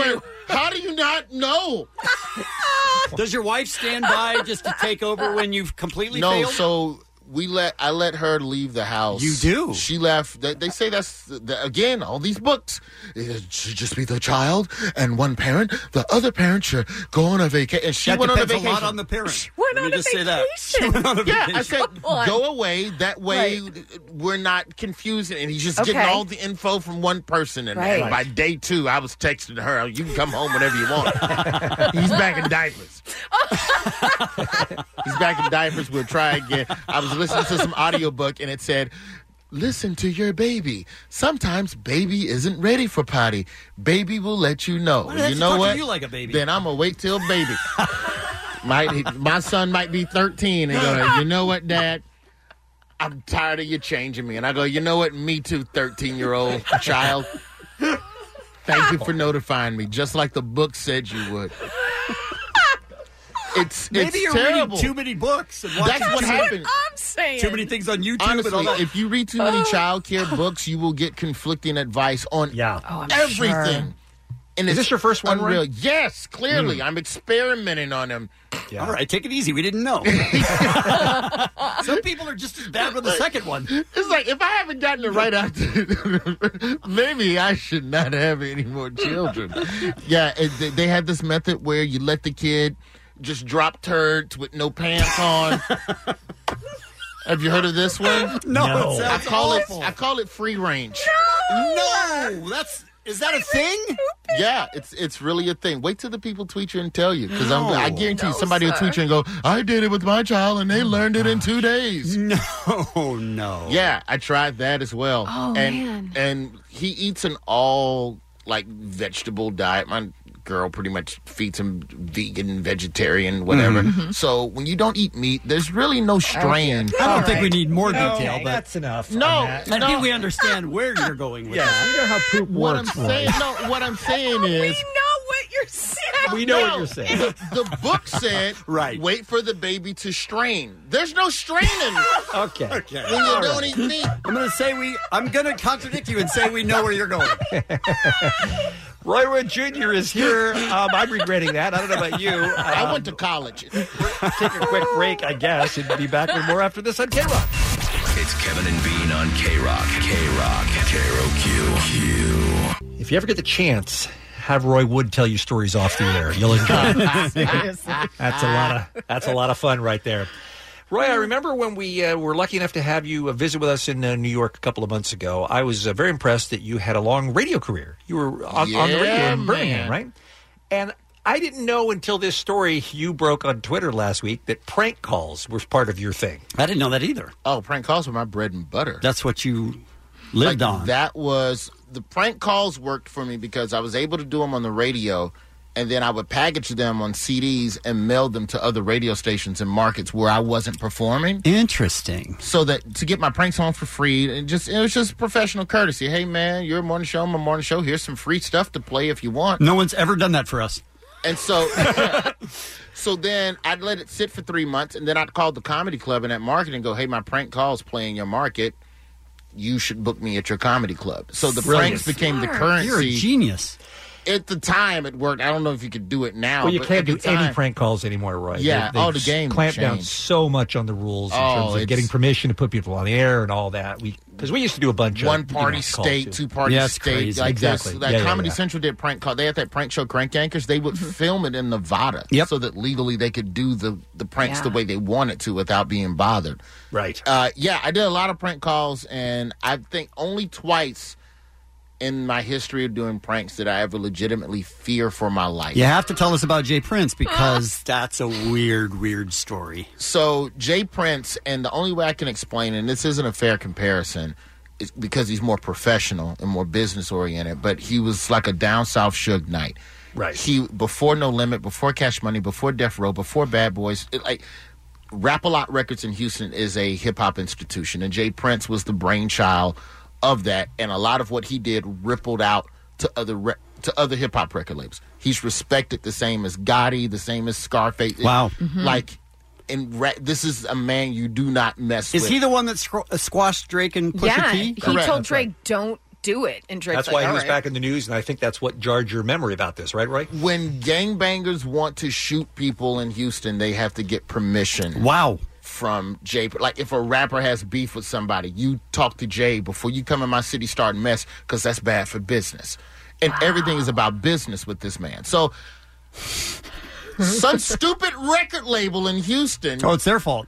How do you not know?
Does your <laughs> wife stand by just to take over when you've completely
no,
failed?
so we let I let her leave the house.
You do?
She left. They, they say that's the, again all these books. It should just be the child and one parent. The other parent should go on a vacation. And she
That
went on a
depends
vacation.
a lot on the parent. She
went
Let me
on
on a just say that.
She went on a vacation. Yeah, I said go away. That way we're not confusing. And he's just getting
Okay.
all the info from one person. And, and
Right.
by day two, I was texting her, "You can come home whenever you <laughs> want." he's back in diapers. He's back in diapers. We'll try again. I was listening to some audiobook and it said, Listen to your baby. Sometimes baby isn't ready for potty. Baby will let you know.
Why the heck
you
you
know
talking to
what?
you like a baby?
Then I'm gonna wait till
<laughs>
baby. might my son might be 13 and go, you know what, Dad? I'm tired of you changing me. And I go, you know what? Me too, 13 year old child. Thank you for notifying me, just like the book said
<laughs>
you would. It's
Maybe
it's
you're reading
terrible.
too many books. And
That's
watching
what
too
happened.
Many, Too many things on YouTube. and all
Honestly,
that.
if you read too many childcare books, you will get conflicting advice on everything.
sure.
And
Is
it's
this your first one, Hmm.
unreal.
Ryan?
Yes, clearly. I'm experimenting on them.
All right, take it easy. We didn't know. Some people are just as bad with the second one.
It's like if I haven't gotten it right after, <laughs> maybe I should not have any more children. yeah, it, they, they had this method where you let the kid just drop turds with no
<laughs>
pants on. have you heard of this one?
No, No. it
I
sounds
call
awful.
it I call it free range.
No, that's is that a thing?
Yeah, it's it's really a thing. Wait till the people tweet you and tell you because
No.
I guarantee you
No,
somebody will
sir.
tweet you and go, "I did it with my child and they learned it in two days."
No, no.
Yeah, I tried that as well.
Oh,
and
man.
and he eats an all like vegetable diet. My girl pretty much feeds him vegan, vegetarian, whatever.
Mhm. Mhm.
So when you don't eat meat, there's really no strain.
I don't think we need more
No,
detail, but
that's
enough.
No, on that.
I
no.
think we understand where you're going with
Yeah,
that.
we know
how poop
What I'm saying, no, what I'm saying is
know what you're
<laughs>
saying.
We know what you're saying.
The, the
<laughs>
book said,
Right.
wait for the baby to strain. There's no straining.
<laughs> Okay.
When you
All
don't
right.
eat meat.
I'm gonna say we. I'm gonna contradict you and say we know where you're
<laughs>
going.
Roy Wood Jr. is here. Um, I'm regretting that. I don't know about you.
Uh,
Um,
I went to
<laughs>
college.
Take a quick break, I guess, and be back with more after this on K Rock.
It's Kevin and Bean on K Rock. K Rock. K Rock.
If you ever get the chance, have Roy Wood tell you stories off the air.
<laughs>
You'll enjoy it. that's a lot of that's a lot of fun right there. Roy, I remember when we uh, were lucky enough to have you uh, visit with us in uh, New York a couple of months ago. I was uh, very impressed that you had a long radio career. You were on, on the radio
Yeah,
in Birmingham,
man.
right? And I didn't know until this story you broke on Twitter last week that prank calls were part of your thing.
I didn't know that either.
Oh, prank calls were my bread and butter.
That's what you lived
Like,
on.
That was the prank calls worked for me because I was able to do them on the radio, and then I would package them on CDs and mail them to other radio stations and markets where I wasn't performing.
Interesting.
So that to get my pranks on for free, and just it was just professional courtesy. Hey man, your morning show, my morning show. Here's some free stuff to play if you want.
No one's ever done that for us.
And so, <laughs> so then I'd let it sit for three months, and then I'd call the comedy club in that market and go, "Hey, my prank call's playing your market. You should book me at your comedy club." So the pranks became the currency.
You're a genius.
At the time, it worked. I don't know if you could do it now.
Well, you
but
can't
at the
do any
time-
prank calls anymore, Roy.
Yeah,
They-
oh,
they've
the game
clamped down
changed.
so much on the rules in
Oh,
terms
it's-
of getting permission to put people on the air and all that. We because we used to do a bunch
one
of
party state, two party state, like
exactly.
this. Like
Yeah, yeah,
Comedy
yeah. Mm-hmm.
Central did prank call. They had that prank show, Crank Anchors. They would film it in Nevada, so that legally they could do the the pranks
Yeah.
the way they wanted to without being bothered.
Right.
Uh, yeah, I did a lot of prank calls, and I think only twice in my history of doing pranks did I ever legitimately fear for my life.
You have to tell us about Jay Prince because <laughs> that's a weird, weird story.
So Jay Prince, and the only way I can explain, and this isn't a fair comparison, is because he's more professional and more business oriented. But he was like a down south Suge Knight. Right. He before No Limit, before Cash Money, before Death Row, before Bad Boys. It, like Rap-A-Lot Records in Houston is a hip hop institution, and Jay Prince was the brainchild of that, and a lot of what he did rippled out to other re- to other hip hop record labels. He's respected the same as Gotti, the same as Scarface.
Wow. Mhm.
like in ra- this is a man you do not mess
Is
with.
he the one that squ- uh, squashed Drake and <laughs> <laughs> Pusha
yeah,
T?
he told Drake, "Don't do it," and Drake's
That's
like,
why he
"All
was
right."
back in the news, and I think that's what jarred your memory about this, right, Roy?
when gangbangers want to shoot people in Houston, they have to get permission.
Wow.
From Jay, like if a rapper has beef with somebody, you talk to Jay before you come in my city start mess because that's bad for business. And everything is about business with this man. So, some stupid record label in Houston
Oh, it's their fault.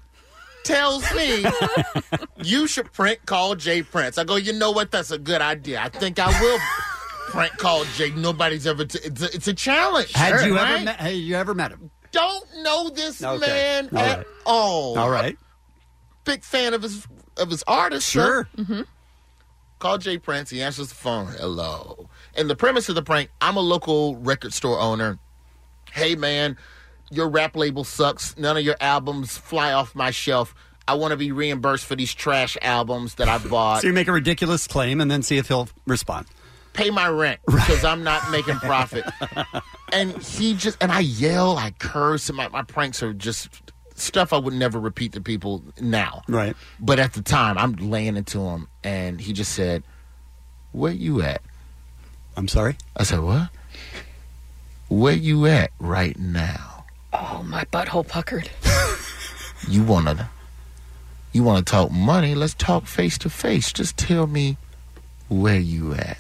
tells me you should prank call Jay Prince. I go, you know what? That's a good idea. I think I will prank call Jay. Nobody's ever. T- it's, a, it's a challenge.
Had you
right?
ever met? Had you ever met him?
Don't know this
Okay.
man
All
at
right.
all.
All right.
Big fan of his of his artist.
Sure.
Mm-hmm. Call Jay Prince. He answers the phone. Hello. And the premise of the prank: I'm a local record store owner. Hey man, your rap label sucks. None of your albums fly off my shelf. I want to be reimbursed for these trash
<laughs>
albums that I bought.
So you make a ridiculous claim and then see if he'll respond.
pay my rent because I'm not making profit. and he just and I yell, I curse, and my, my pranks are just stuff I would never repeat to people now.
Right.
But at the time, I'm laying into him, and he just said, "Where you at?"
I'm sorry.
I said, "What? Where you at right now?
Oh, my butthole puckered.
<laughs> You wanna, you wanna talk money? Let's talk face to face. Just tell me where you at."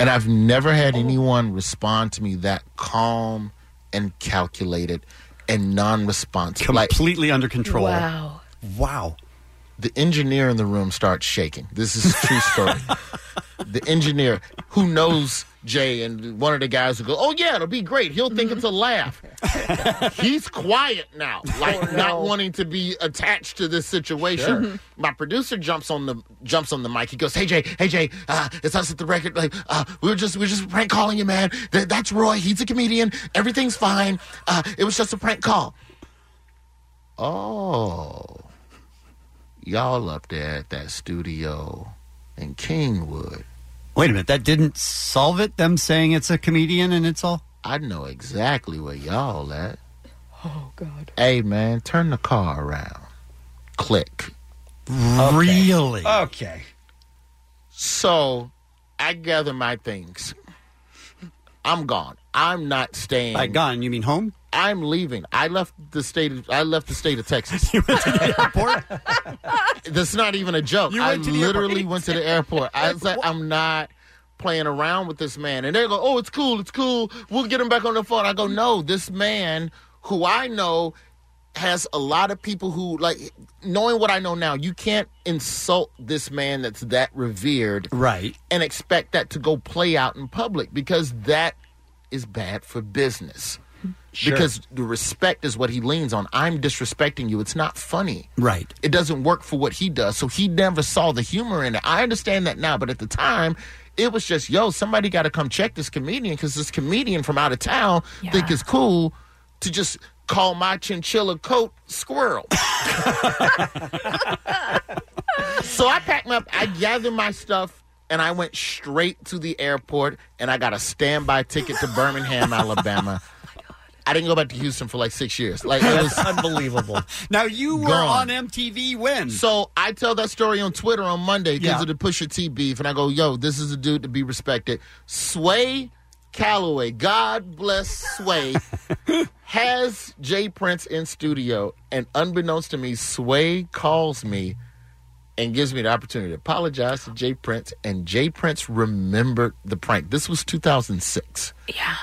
And I've never had anyone respond to me that calm and calculated and non-responsive,
completely under control.
Wow.
Wow.
The engineer in the room starts shaking. This is a true story. the engineer who knows Jay and one of the guys who go, "Oh yeah, it'll be great. He'll think it's a laugh." He's quiet now, like not wanting to be attached to this situation.
Sure. Mhm.
<laughs> My producer jumps on the jumps on the mic. He goes, "Hey Jay, hey Jay, uh, it's us at the record. Like uh, we were just we were just prank calling you, man. Th- that's Roy. He's a comedian. Everything's fine. Uh, it was just a prank call." Oh, y'all up there at that studio in Kingwood.
Wait a minute. That didn't solve it. Them saying it's a comedian and it's all.
I know exactly where y'all at.
Oh God.
Hey man, turn the car around. Click.
Really?
Okay. So I gather my things. I'm gone. I'm not staying.
By gone, you mean home?
I'm leaving. I left the state. Of, I left the state of Texas.
<laughs> you went to
the airport. That's not even a joke.
You
I
went to the
literally
airport.
went to the airport. I was like, I'm not playing around with this man. And they go, Oh, it's cool. It's cool. We'll get him back on the phone. I go, No, this man who I know has a lot of people who like knowing what I know now. You can't insult this man that's that revered,
right?
And expect that to go play out in public because that is bad for business.
Sure.
Because the respect is what he leans on. I'm disrespecting you. It's not funny.
Right.
It doesn't work for what he does. So he never saw the humor in it. I understand that now, but at the time, it was just, yo, somebody got to come check this comedian because this comedian from out of town think it's cool to just call my chinchilla coat squirrel. so I packed my, I gathered my stuff, and I went straight to the airport, and I got a standby ticket to
<laughs>
Birmingham, Alabama. I didn't go back to Houston for like six years. Like it was
<laughs> unbelievable. Now you were on MTV when?
So I tell that story on Twitter on Monday because
Yeah.
of the Pusha T beef, and I go, "Yo, this is a dude to be respected." Sway Calloway, God bless
<laughs>
Sway, has Jay Prince in studio, and unbeknownst to me, Sway calls me and gives me the opportunity to apologize to Jay Prince, and Jay Prince remembered the prank. This was 2006.
Yeah.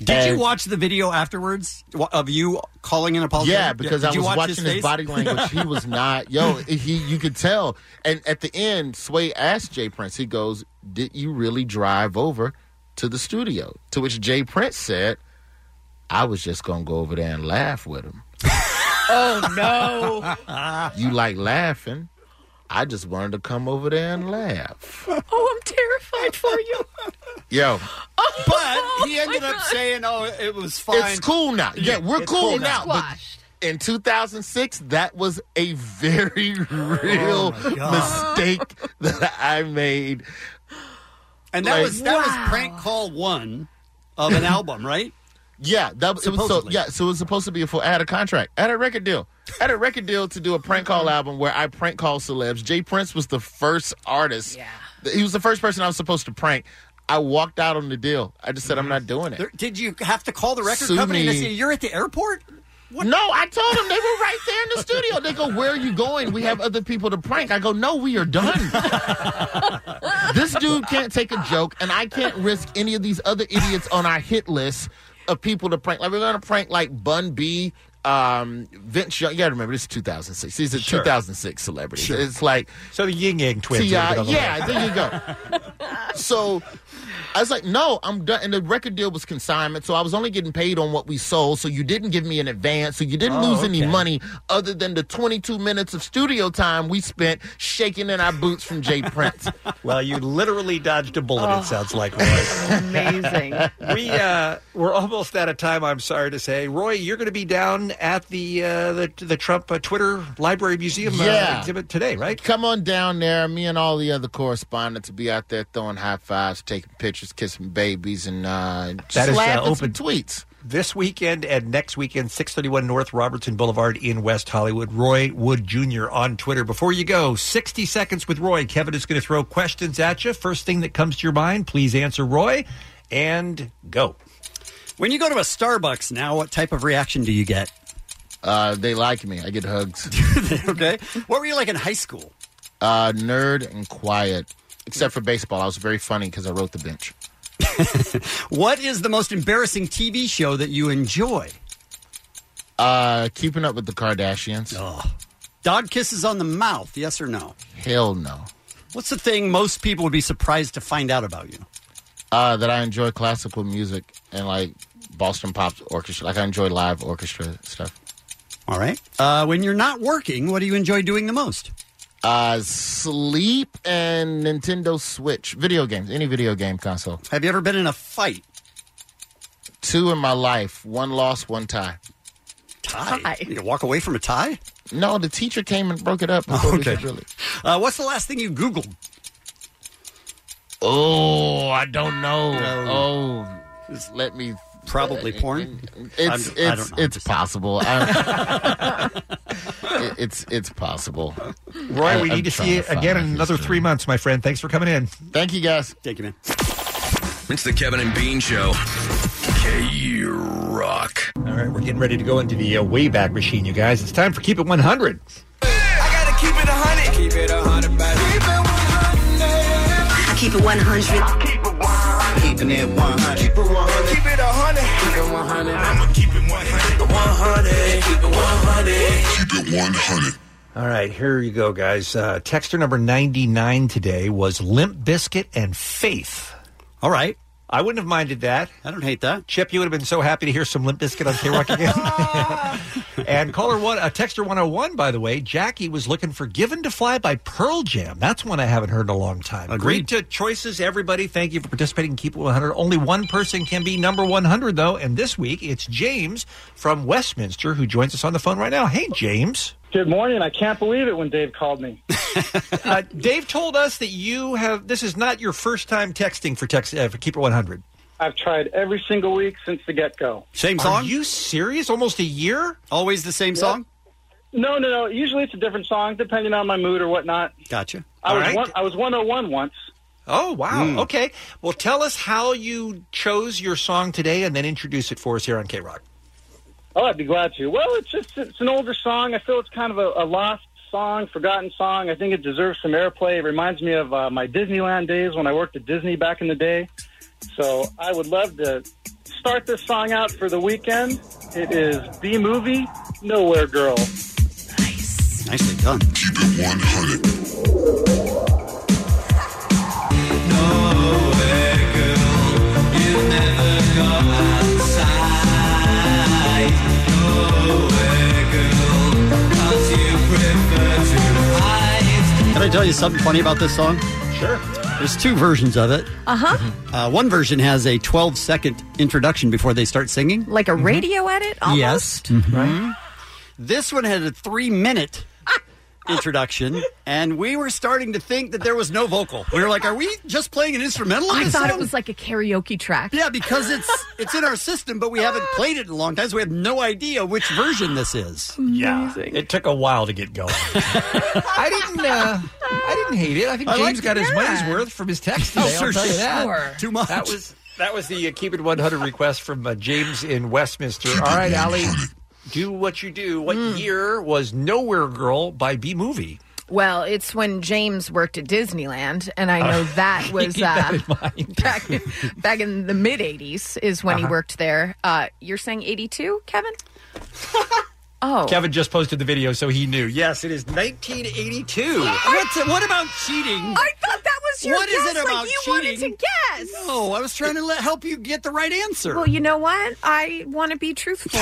Did you watch the video afterwards wa- of you calling an apology?
Yeah, because
Did
I
you
was
watch
watching his,
face?
body language. He
<laughs>
was not. Yo, he you could tell. And at the end, Sway asked Jay Prince. He goes, "Did you really drive over to the studio?" To which Jay Prince said, "I was just gonna go over there and laugh with him.
Oh
no. <laughs> You like laughing? I just wanted to come over there and laugh."
<laughs> oh, I'm terrified for you.
<laughs>
oh
Yo,
but he ended up saying, "Oh, it was fine."
it's cool now. Yeah, we're
It's
cool,
cool
now.
now.
but in 2006, that was a very <laughs> real
Oh,
mistake that I made.
And that was- that was Wow. prank call one of an album, right?
Yeah, that was, it was so.
Supposedly.
Yeah, so it was supposed to be a full. I had a contract, I had a record deal, I had a record deal to do a prank call album where I prank call celebs. Jay Prince was the first artist. Yeah, he was the first person I was supposed to prank. I walked out on the deal. I just said I'm not doing it.
Mm-hmm. Did you have to call the record
Sue
company and
me.
they say, You're at the airport?
No, I told them they were right there in the studio. They go, "Where are you going? We have other people to prank." I go, "No, we
<laughs>
are done." this dude can't take a joke, and I can't risk any of these other idiots on our hit list of people to prank. Like we're gonna prank like Bun B, um, Vince Young. You gotta remember this is 2006. These are
Sure.
2006 celebrities. It's like
so the Yin Yang twins.
T.I.
would've been on the
yeah,
list.
there you go. so I was like, no, I'm done. And the record deal was consignment, so I was only getting paid on what we sold. So you didn't give me an advance, so you didn't
Oh,
lose any
okay.
money other than the 22 minutes of studio time we spent shaking in our boots from Jay Prince.
well, you literally dodged a bullet.
Oh.
It sounds
<laughs>
like Roy.
Amazing.
we uh, we're almost out of time. I'm sorry to say, Roy, you're going to be down at the uh, the the Trump uh, Twitter Library Museum uh, exhibit today, right?
Come on down there. Me and all the other correspondents will be out there throwing high fives, taking pictures, kissing babies, and uh,
That is uh,
slapping
open
some tweets
this weekend and next weekend, 631 North Robertson Boulevard in West Hollywood. Roy Wood Jr. on Twitter. Before you go, 60 seconds with Roy. Kevin is going to throw questions at you. First thing that comes to your mind, please answer Roy and go.
When you go to a Starbucks now, what type of reaction do you get?
Uh, they like me. I get hugs.
<laughs> okay. What were you like in high school?
Uh, nerd and quiet, except for baseball. I was very funny because I wrote the bench.
What is the most embarrassing TV show that you enjoy?
Uh, keeping up with the Kardashians.
Dog Oh. kisses on the mouth, yes or no?
Hell no.
What's the thing most people would be surprised to find out about you?
Uh, that I enjoy classical music and like Boston Pop Orchestra. Like I enjoy live orchestra stuff.
All right. Uh, when you're not working, what do you enjoy doing the most?
Uh, sleep and Nintendo Switch, video games, any video game console.
Have you ever been in a fight?
Two in my life, one loss, one tie.
Tie? You walk away from a tie?
No, the teacher came and broke it up. Before okay. Really.
Uh, what's the last thing you Googled?
Oh, I don't know. Oh, just let me.
Probably porn.
It's
I'm- I
it's
don't know.
it's possible. I- it- it's it's possible.
Roy,
I-
we
I'm
need to
trying
see you
find
again
my
in another
history.
three months, my friend. Thanks for coming in.
Thank you, guys.
Thank you, man.
It's the Kevin and Bean Show. K Rock.
All right, we're getting ready to go into the uh, Wayback Machine, you guys. It's time for Keep It 100.
Keep it a hundred. Keep it a hundred, baby. Keep it one hundred. Keep it one hundred. Keep it one hundred. Keeping it one hundred. Keep it one hundred. Keep it a hundred. Keep it one hundred. I'ma keep it one hundred. One hundred. Keep it one hundred. Keep it one hundred.
All right, here you go, guys. Uh, texter number 99 today was Limp Biscuit and Faith.
All right.
I wouldn't have minded that.
I don't hate that.
Chip, you would have been so happy to hear some Limp Biscuit on K Rock again. and caller one, uh, texter 101, by the way, Jackie was looking for Given to Fly by Pearl Jam. That's one I haven't heard in a long time.
Agreed.
Great to choices, everybody. Thank you for participating in Keep It 100. Only one person can be number 100, though. And this week, it's James from Westminster who joins us on the phone right now. Hey, James.
Good morning. I can't believe it when Dave called me.
uh, Dave told us that you have. This is not your first time texting for text uh, for Keeper One Hundred.
I've tried every single week since the get go.
Same
Are you serious? Almost a year?
Always the same song?
No, no, no. Usually it's a different song depending on my mood or whatnot.
Gotcha.
I
All
was
right.
one, I was 101 once.
Oh wow.
Hmm.
Mm.
Okay. Well, tell us how you chose your song today, and then introduce it for us here on K Rock.
Oh, I'd be glad to. Well, it's just it's an older song. I feel it's kind of a, a lost song, forgotten song. I think it deserves some airplay. It reminds me of uh, my Disneyland days when I worked at Disney back in the day. So I would love to start this song out for the weekend. It is B movie Nowhere Girl.
Nicely done. Keep it 100. Can I tell you something funny about this song?
Sure.
There's two versions of it.
Uh-huh.
Uh, one version has a 12 second introduction before they start singing.
Mm-hmm.
Like a radio edit? Almost?
Yes. Right. This one had a three minute <laughs> introduction, and we were starting to think that there was no vocal. We were like, "Are we just playing an instrumental?" on
I
this
thought it
song?
was like a karaoke track.
Yeah, because it's it's in our system, but we haven't played it in a long time, so we have no idea which version this is.
Yeah, it took a while to get going. I didn't. Uh, <laughs> I didn't hate it. I think
I
James
liked
got
it.
his
Yeah.
money's worth from his text
<laughs> Oh,
today. I'll
for
tell you that.
sure. Too much.
That was that was the uh, Keep It One Hundred request from uh, James in Westminster. All right, Allie, do what you do. What year was Nowhere Girl by B Movie?
Well, it's when James worked at Disneyland, and I
<laughs>
know
Uh,
that was
keep
uh,
that in
<laughs> back back in the mid '80s is when he
Uh-huh.
worked there. Uh, you're saying '82,
<laughs>
Kevin? oh,
Kevin just posted the video, so he knew. Yes, it is 1982. What's, what about cheating?
I thought that was your
What is
guess.
it about
like you
cheating?
wanted to guess.
No, I was trying to let, help you get the right answer.
Well, you know what? I want to
<laughs>
be truthful,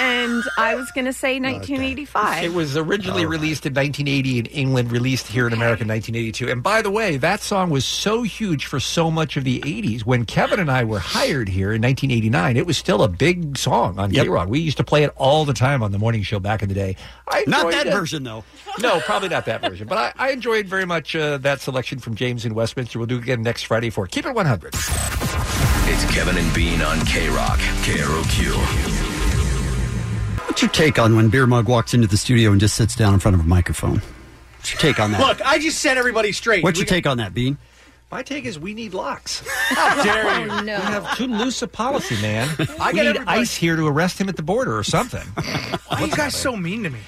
and I was going to say 1985.
It
uh,
was originally released in 1980 in England, released here in America in 1982. And by the way, that song was so huge for so much of the 80s. When Kevin and I were hired here in 1989, it was still a big song on
Yep.
K Rock. We used to play it all the time on the morning show back in the day. I
Not
enjoyed
that
it.
version though.
<laughs> No, probably not that version. But I, I enjoyed very much uh, that selection from James in Westminster. We'll do it again next Friday for Keep It 100.
It's Kevin and Bean on K Rock, KROQ.
What's your take on when Beer Mug walks into the studio and just sits down in front of a microphone? What's your take on that?
I just set everybody straight.
What's your take on that, Bean?
My take is we need locks. How dare you? We have too loose a policy, man.
Oh, <laughs> I get
I we need
everybody-
ICE here to arrest him at the border or something.
<laughs> Why are you guys so mean to me?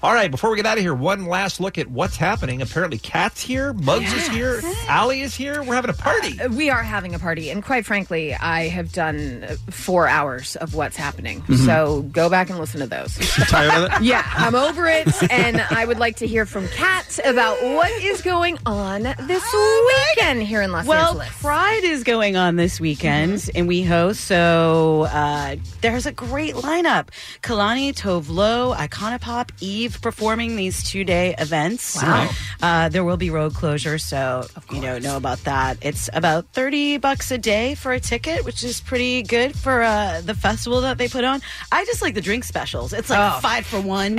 All right, before we get out of here, one last look at what's happening. Apparently, Kat's here, Mugs is here, Allie is here. We're having a party.
Uh, We are having a party, and quite frankly, I have done uh, four hours of what's happening.
Mhm.
So go back and listen to those. <laughs>
Tired of it?
yeah, I'm over it, and I would like to hear from Kat about what is going on this
Oh
weekend here in Los
Well,
Angeles.
Pride is going on this weekend,
Mm-hmm.
and we host. So uh, there's a great lineup: Kalani Tovlo, Iconopop, Eve performing these two-day events.
Wow.
Uh, there will be road closure, so you know know about that. It's about thirty bucks a day for a ticket, which is pretty good for uh, the festival that they put on. I just like the drink specials. It's like
Oh.
five for one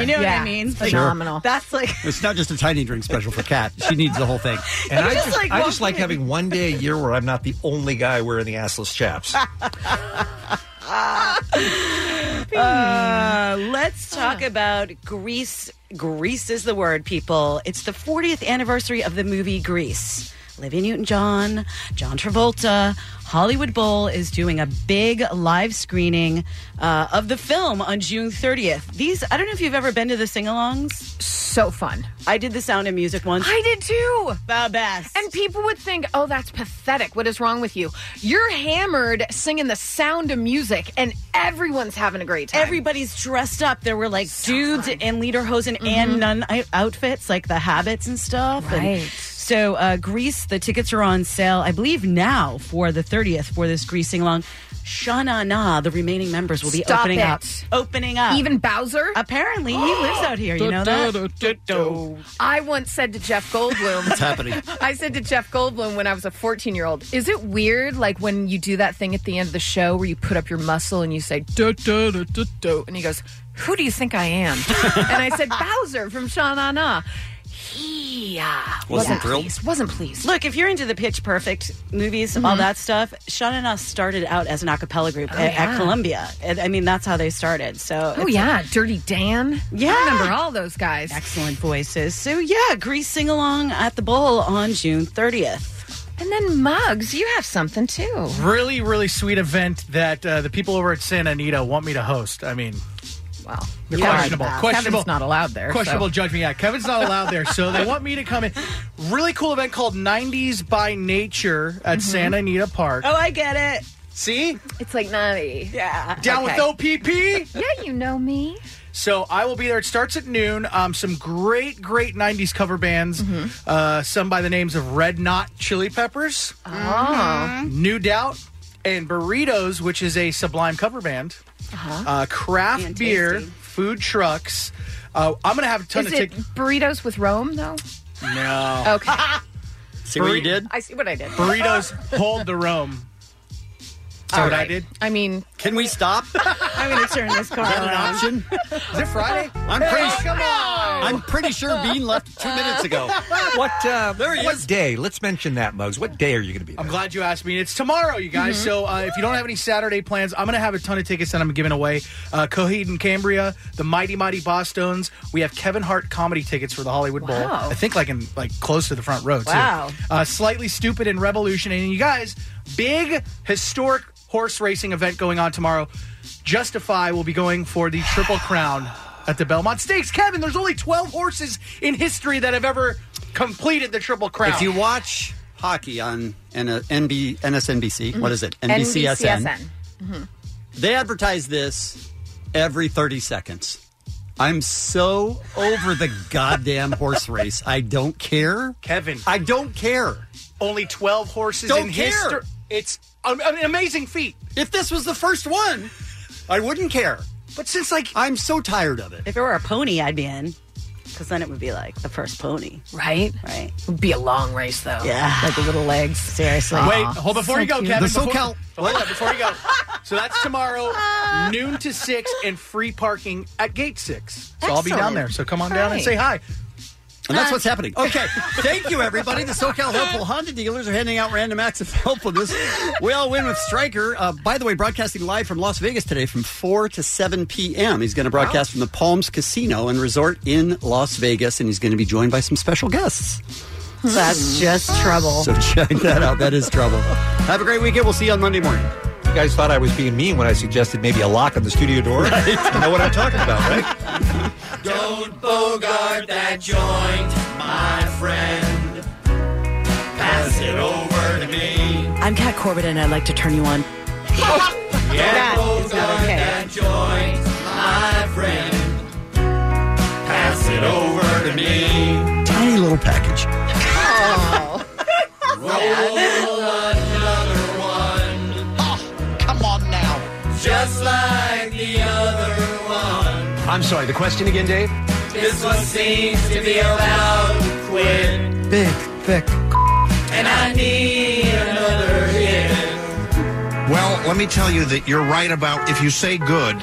<laughs> You know what
Yeah.
I mean?
It's
Like,
phenomenal.
That's like
It's not just a tiny drink special for Kat. She needs the whole thing.
<laughs> And I
Just
just,
like
I
walking
just like
in.
having one day a year where I'm not the only guy wearing the assless
Oh.
chaps.
Uh, let's talk about Greece. Greece is the word, people. It's the 40th anniversary of the movie Greece. Olivia Newton John, John Travolta, Hollywood Bowl is doing a big live screening uh, of the film on June 30th. These, I don't know if you've ever been to the sing alongs.
So fun.
I did the sound and music once.
I did too.
The best.
And people would think, oh, that's pathetic. What is wrong with you? You're hammered singing the sound of music, and everyone's having a great time.
Everybody's dressed up. There were like dudes in lederhosen and nun i- outfits, like the habits and stuff. And
Mm-hmm. Right.
so, uh, Greece, the tickets are on sale, I believe, now for the 30th for this Greece sing along. Shana Na, the remaining members will be
Stop
opening
it.
up. Opening up.
Even Bowser?
Apparently, he lives out here. You know that?
I once said to Jeff Goldblum,
It's happening.
<laughs> I said to Jeff Goldblum when I was a 14 year old, is it weird, like when you do that thing at the end of the show where you put up your muscle and you say, "Da, da, da, da, da," and he goes, Who do you think I am? <laughs> and I said, Bowser from Sha Na Na. He uh, wasn't,
thrilled?
pleased. Wasn't pleased.
Look, if you're into the Pitch Perfect movies, all
Mhm.
that stuff, Sean and I started out as an a cappella group
Oh,
at,
yeah.
at Columbia. And, I mean, that's how they started. So,
Oh, yeah. Dirty Dan.
Yeah.
I remember all those guys.
Excellent voices. So, yeah, Grease Sing Along at the Bowl on June 30th.
And then Mugs, you have something too.
Really, really sweet event that uh, the people over at Santa Anita want me to host. I mean,
wow,
they're
Yeah,
questionable.
Kevin's
Questionable.
not allowed there, so.
Questionable judgment. Yeah, Kevin's not allowed there, so they want me to come in. Really cool event called '90s by Nature at
Mm-hmm.
Santa Anita Park.
Oh, I get it.
See,
It's like naughty.
Yeah.
Down with OPP?
yeah, you know me.
So I will be there. It starts at noon. Um, some great, great '90s cover bands.
Mm-hmm.
Uh, some by the names of Red Knot, Chili Peppers,
Oh.
Mm-hmm.
Mhm.
New Doubt, and Burritos, which is a Sublime cover band.
Uh-huh.
Uh, craft
And
beer, food trucks. Uh, I'm gonna have a ton of
Is
Oh.
it Oh.
tickets.
burritos with Rome though?
No. <laughs>
Okay.
See what you did?
I see what I did.
Burritos hold the Rome. that
All
what I
right.
did?
<laughs> I mean,
<laughs> can we stop?
I'm
going to turn this car
Is that an
around.
option?
Is it
<laughs>
Friday?
I'm pretty sure. I'm pretty sure Bean left two minutes ago.
<laughs> What? Uh,
There he
what
is.
day? Let's mention that, Mugs. What day are you going to be?
<laughs> I'm glad you asked me. It's tomorrow, you guys.
Mm-hmm.
Mhm.
So uh, if you don't have any Saturday plans, I'm going to have a ton of tickets that I'm giving away. Uh, Coheed and Cambria, the Mighty Mighty Boston's. We have Kevin Hart comedy tickets for the Hollywood Bowl.
Wow.
I think like in like close to the front row too.
Wow.
Uh, Slightly Stupid and Revolution, and you guys, big historic horse racing event going on tomorrow. Justify will be going for the Triple Crown at the Belmont Stakes. Kevin, there's only 12 horses in history that have ever completed the Triple Crown.
If you watch hockey on N- NB- NSNBC, what is it?
Mhm.
They advertise this every 30 seconds. I'm so over the goddamn horse race. I don't care.
Kevin.
I don't care.
Only 12 horses
Don't
in
care.
history. It's an, an amazing feat.
If this was the first one, I wouldn't care.
But since like
I'm so tired of it.
If it were a pony, I'd be in. Because then it would be like the first pony.
Right?
Right.
It'd be a long race, though.
Yeah.
Like the little legs.
Seriously.
Wait, hold before you go, Kevin.
The
before,
SoCal-
Oh,
<laughs>
hold on, before you go. So that's tomorrow, noon to six, and free parking at Gate Six. So I'll be down
Excellent.
there. So come on down and
Hi.
say hi. Uh,
And that's what's happening. Okay. <laughs> Thank you, everybody. The SoCal Helpful Honda dealers are handing out random acts of helpfulness. We all win with Stryker. Uh, by the way, broadcasting live from Las Vegas today from 4 to 7 p.m. He's going to broadcast from the Palms Casino and Resort in Las Vegas, and he's going to be joined by some special guests.
That's
<laughs>
just trouble.
So check that out. That is trouble. Have a great weekend. We'll see you on Monday morning.
You guys thought I was being mean when I suggested maybe a lock on the
<laughs>
studio door. You know what I'm talking about, right?
Don't bogart that joint, my friend. Pass it over to <laughs> me.
I'm Kat Corbett, and I'd like to turn you on.
Yeah, bogart that joint, my friend. Pass it over to me.
Tiny little package.
Oh. Roll another one. Oh, come on now. Just like the other one.
I'm sorry. The question again, Dave?
This one seems to be allowed to quit.
Big, thick.
And I need another hit.
Well, let me tell you that you're right about if you say good,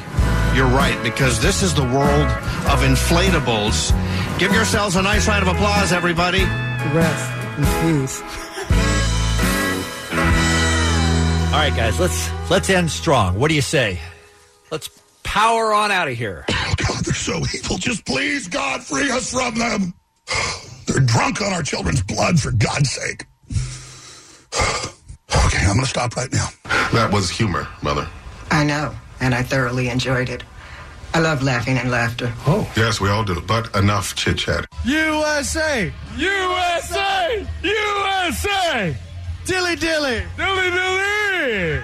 you're right because this is the world of inflatables. Give yourselves a nice round of applause, everybody.
Rest in peace.
All right, guys, let's let's end strong. What do you say? Let's power on out of here.
God, they're so evil. Just please, God, free us from them. <sighs> They're drunk on our children's blood, for God's sake. <sighs> Okay, I'm going to stop right now.
That was humor, Mother.
I know, and I thoroughly enjoyed it. I love laughing and laughter. Oh.
Yes, we all do, but enough chit chat.
USA! USA! USA! Dilly dilly! Dilly dilly!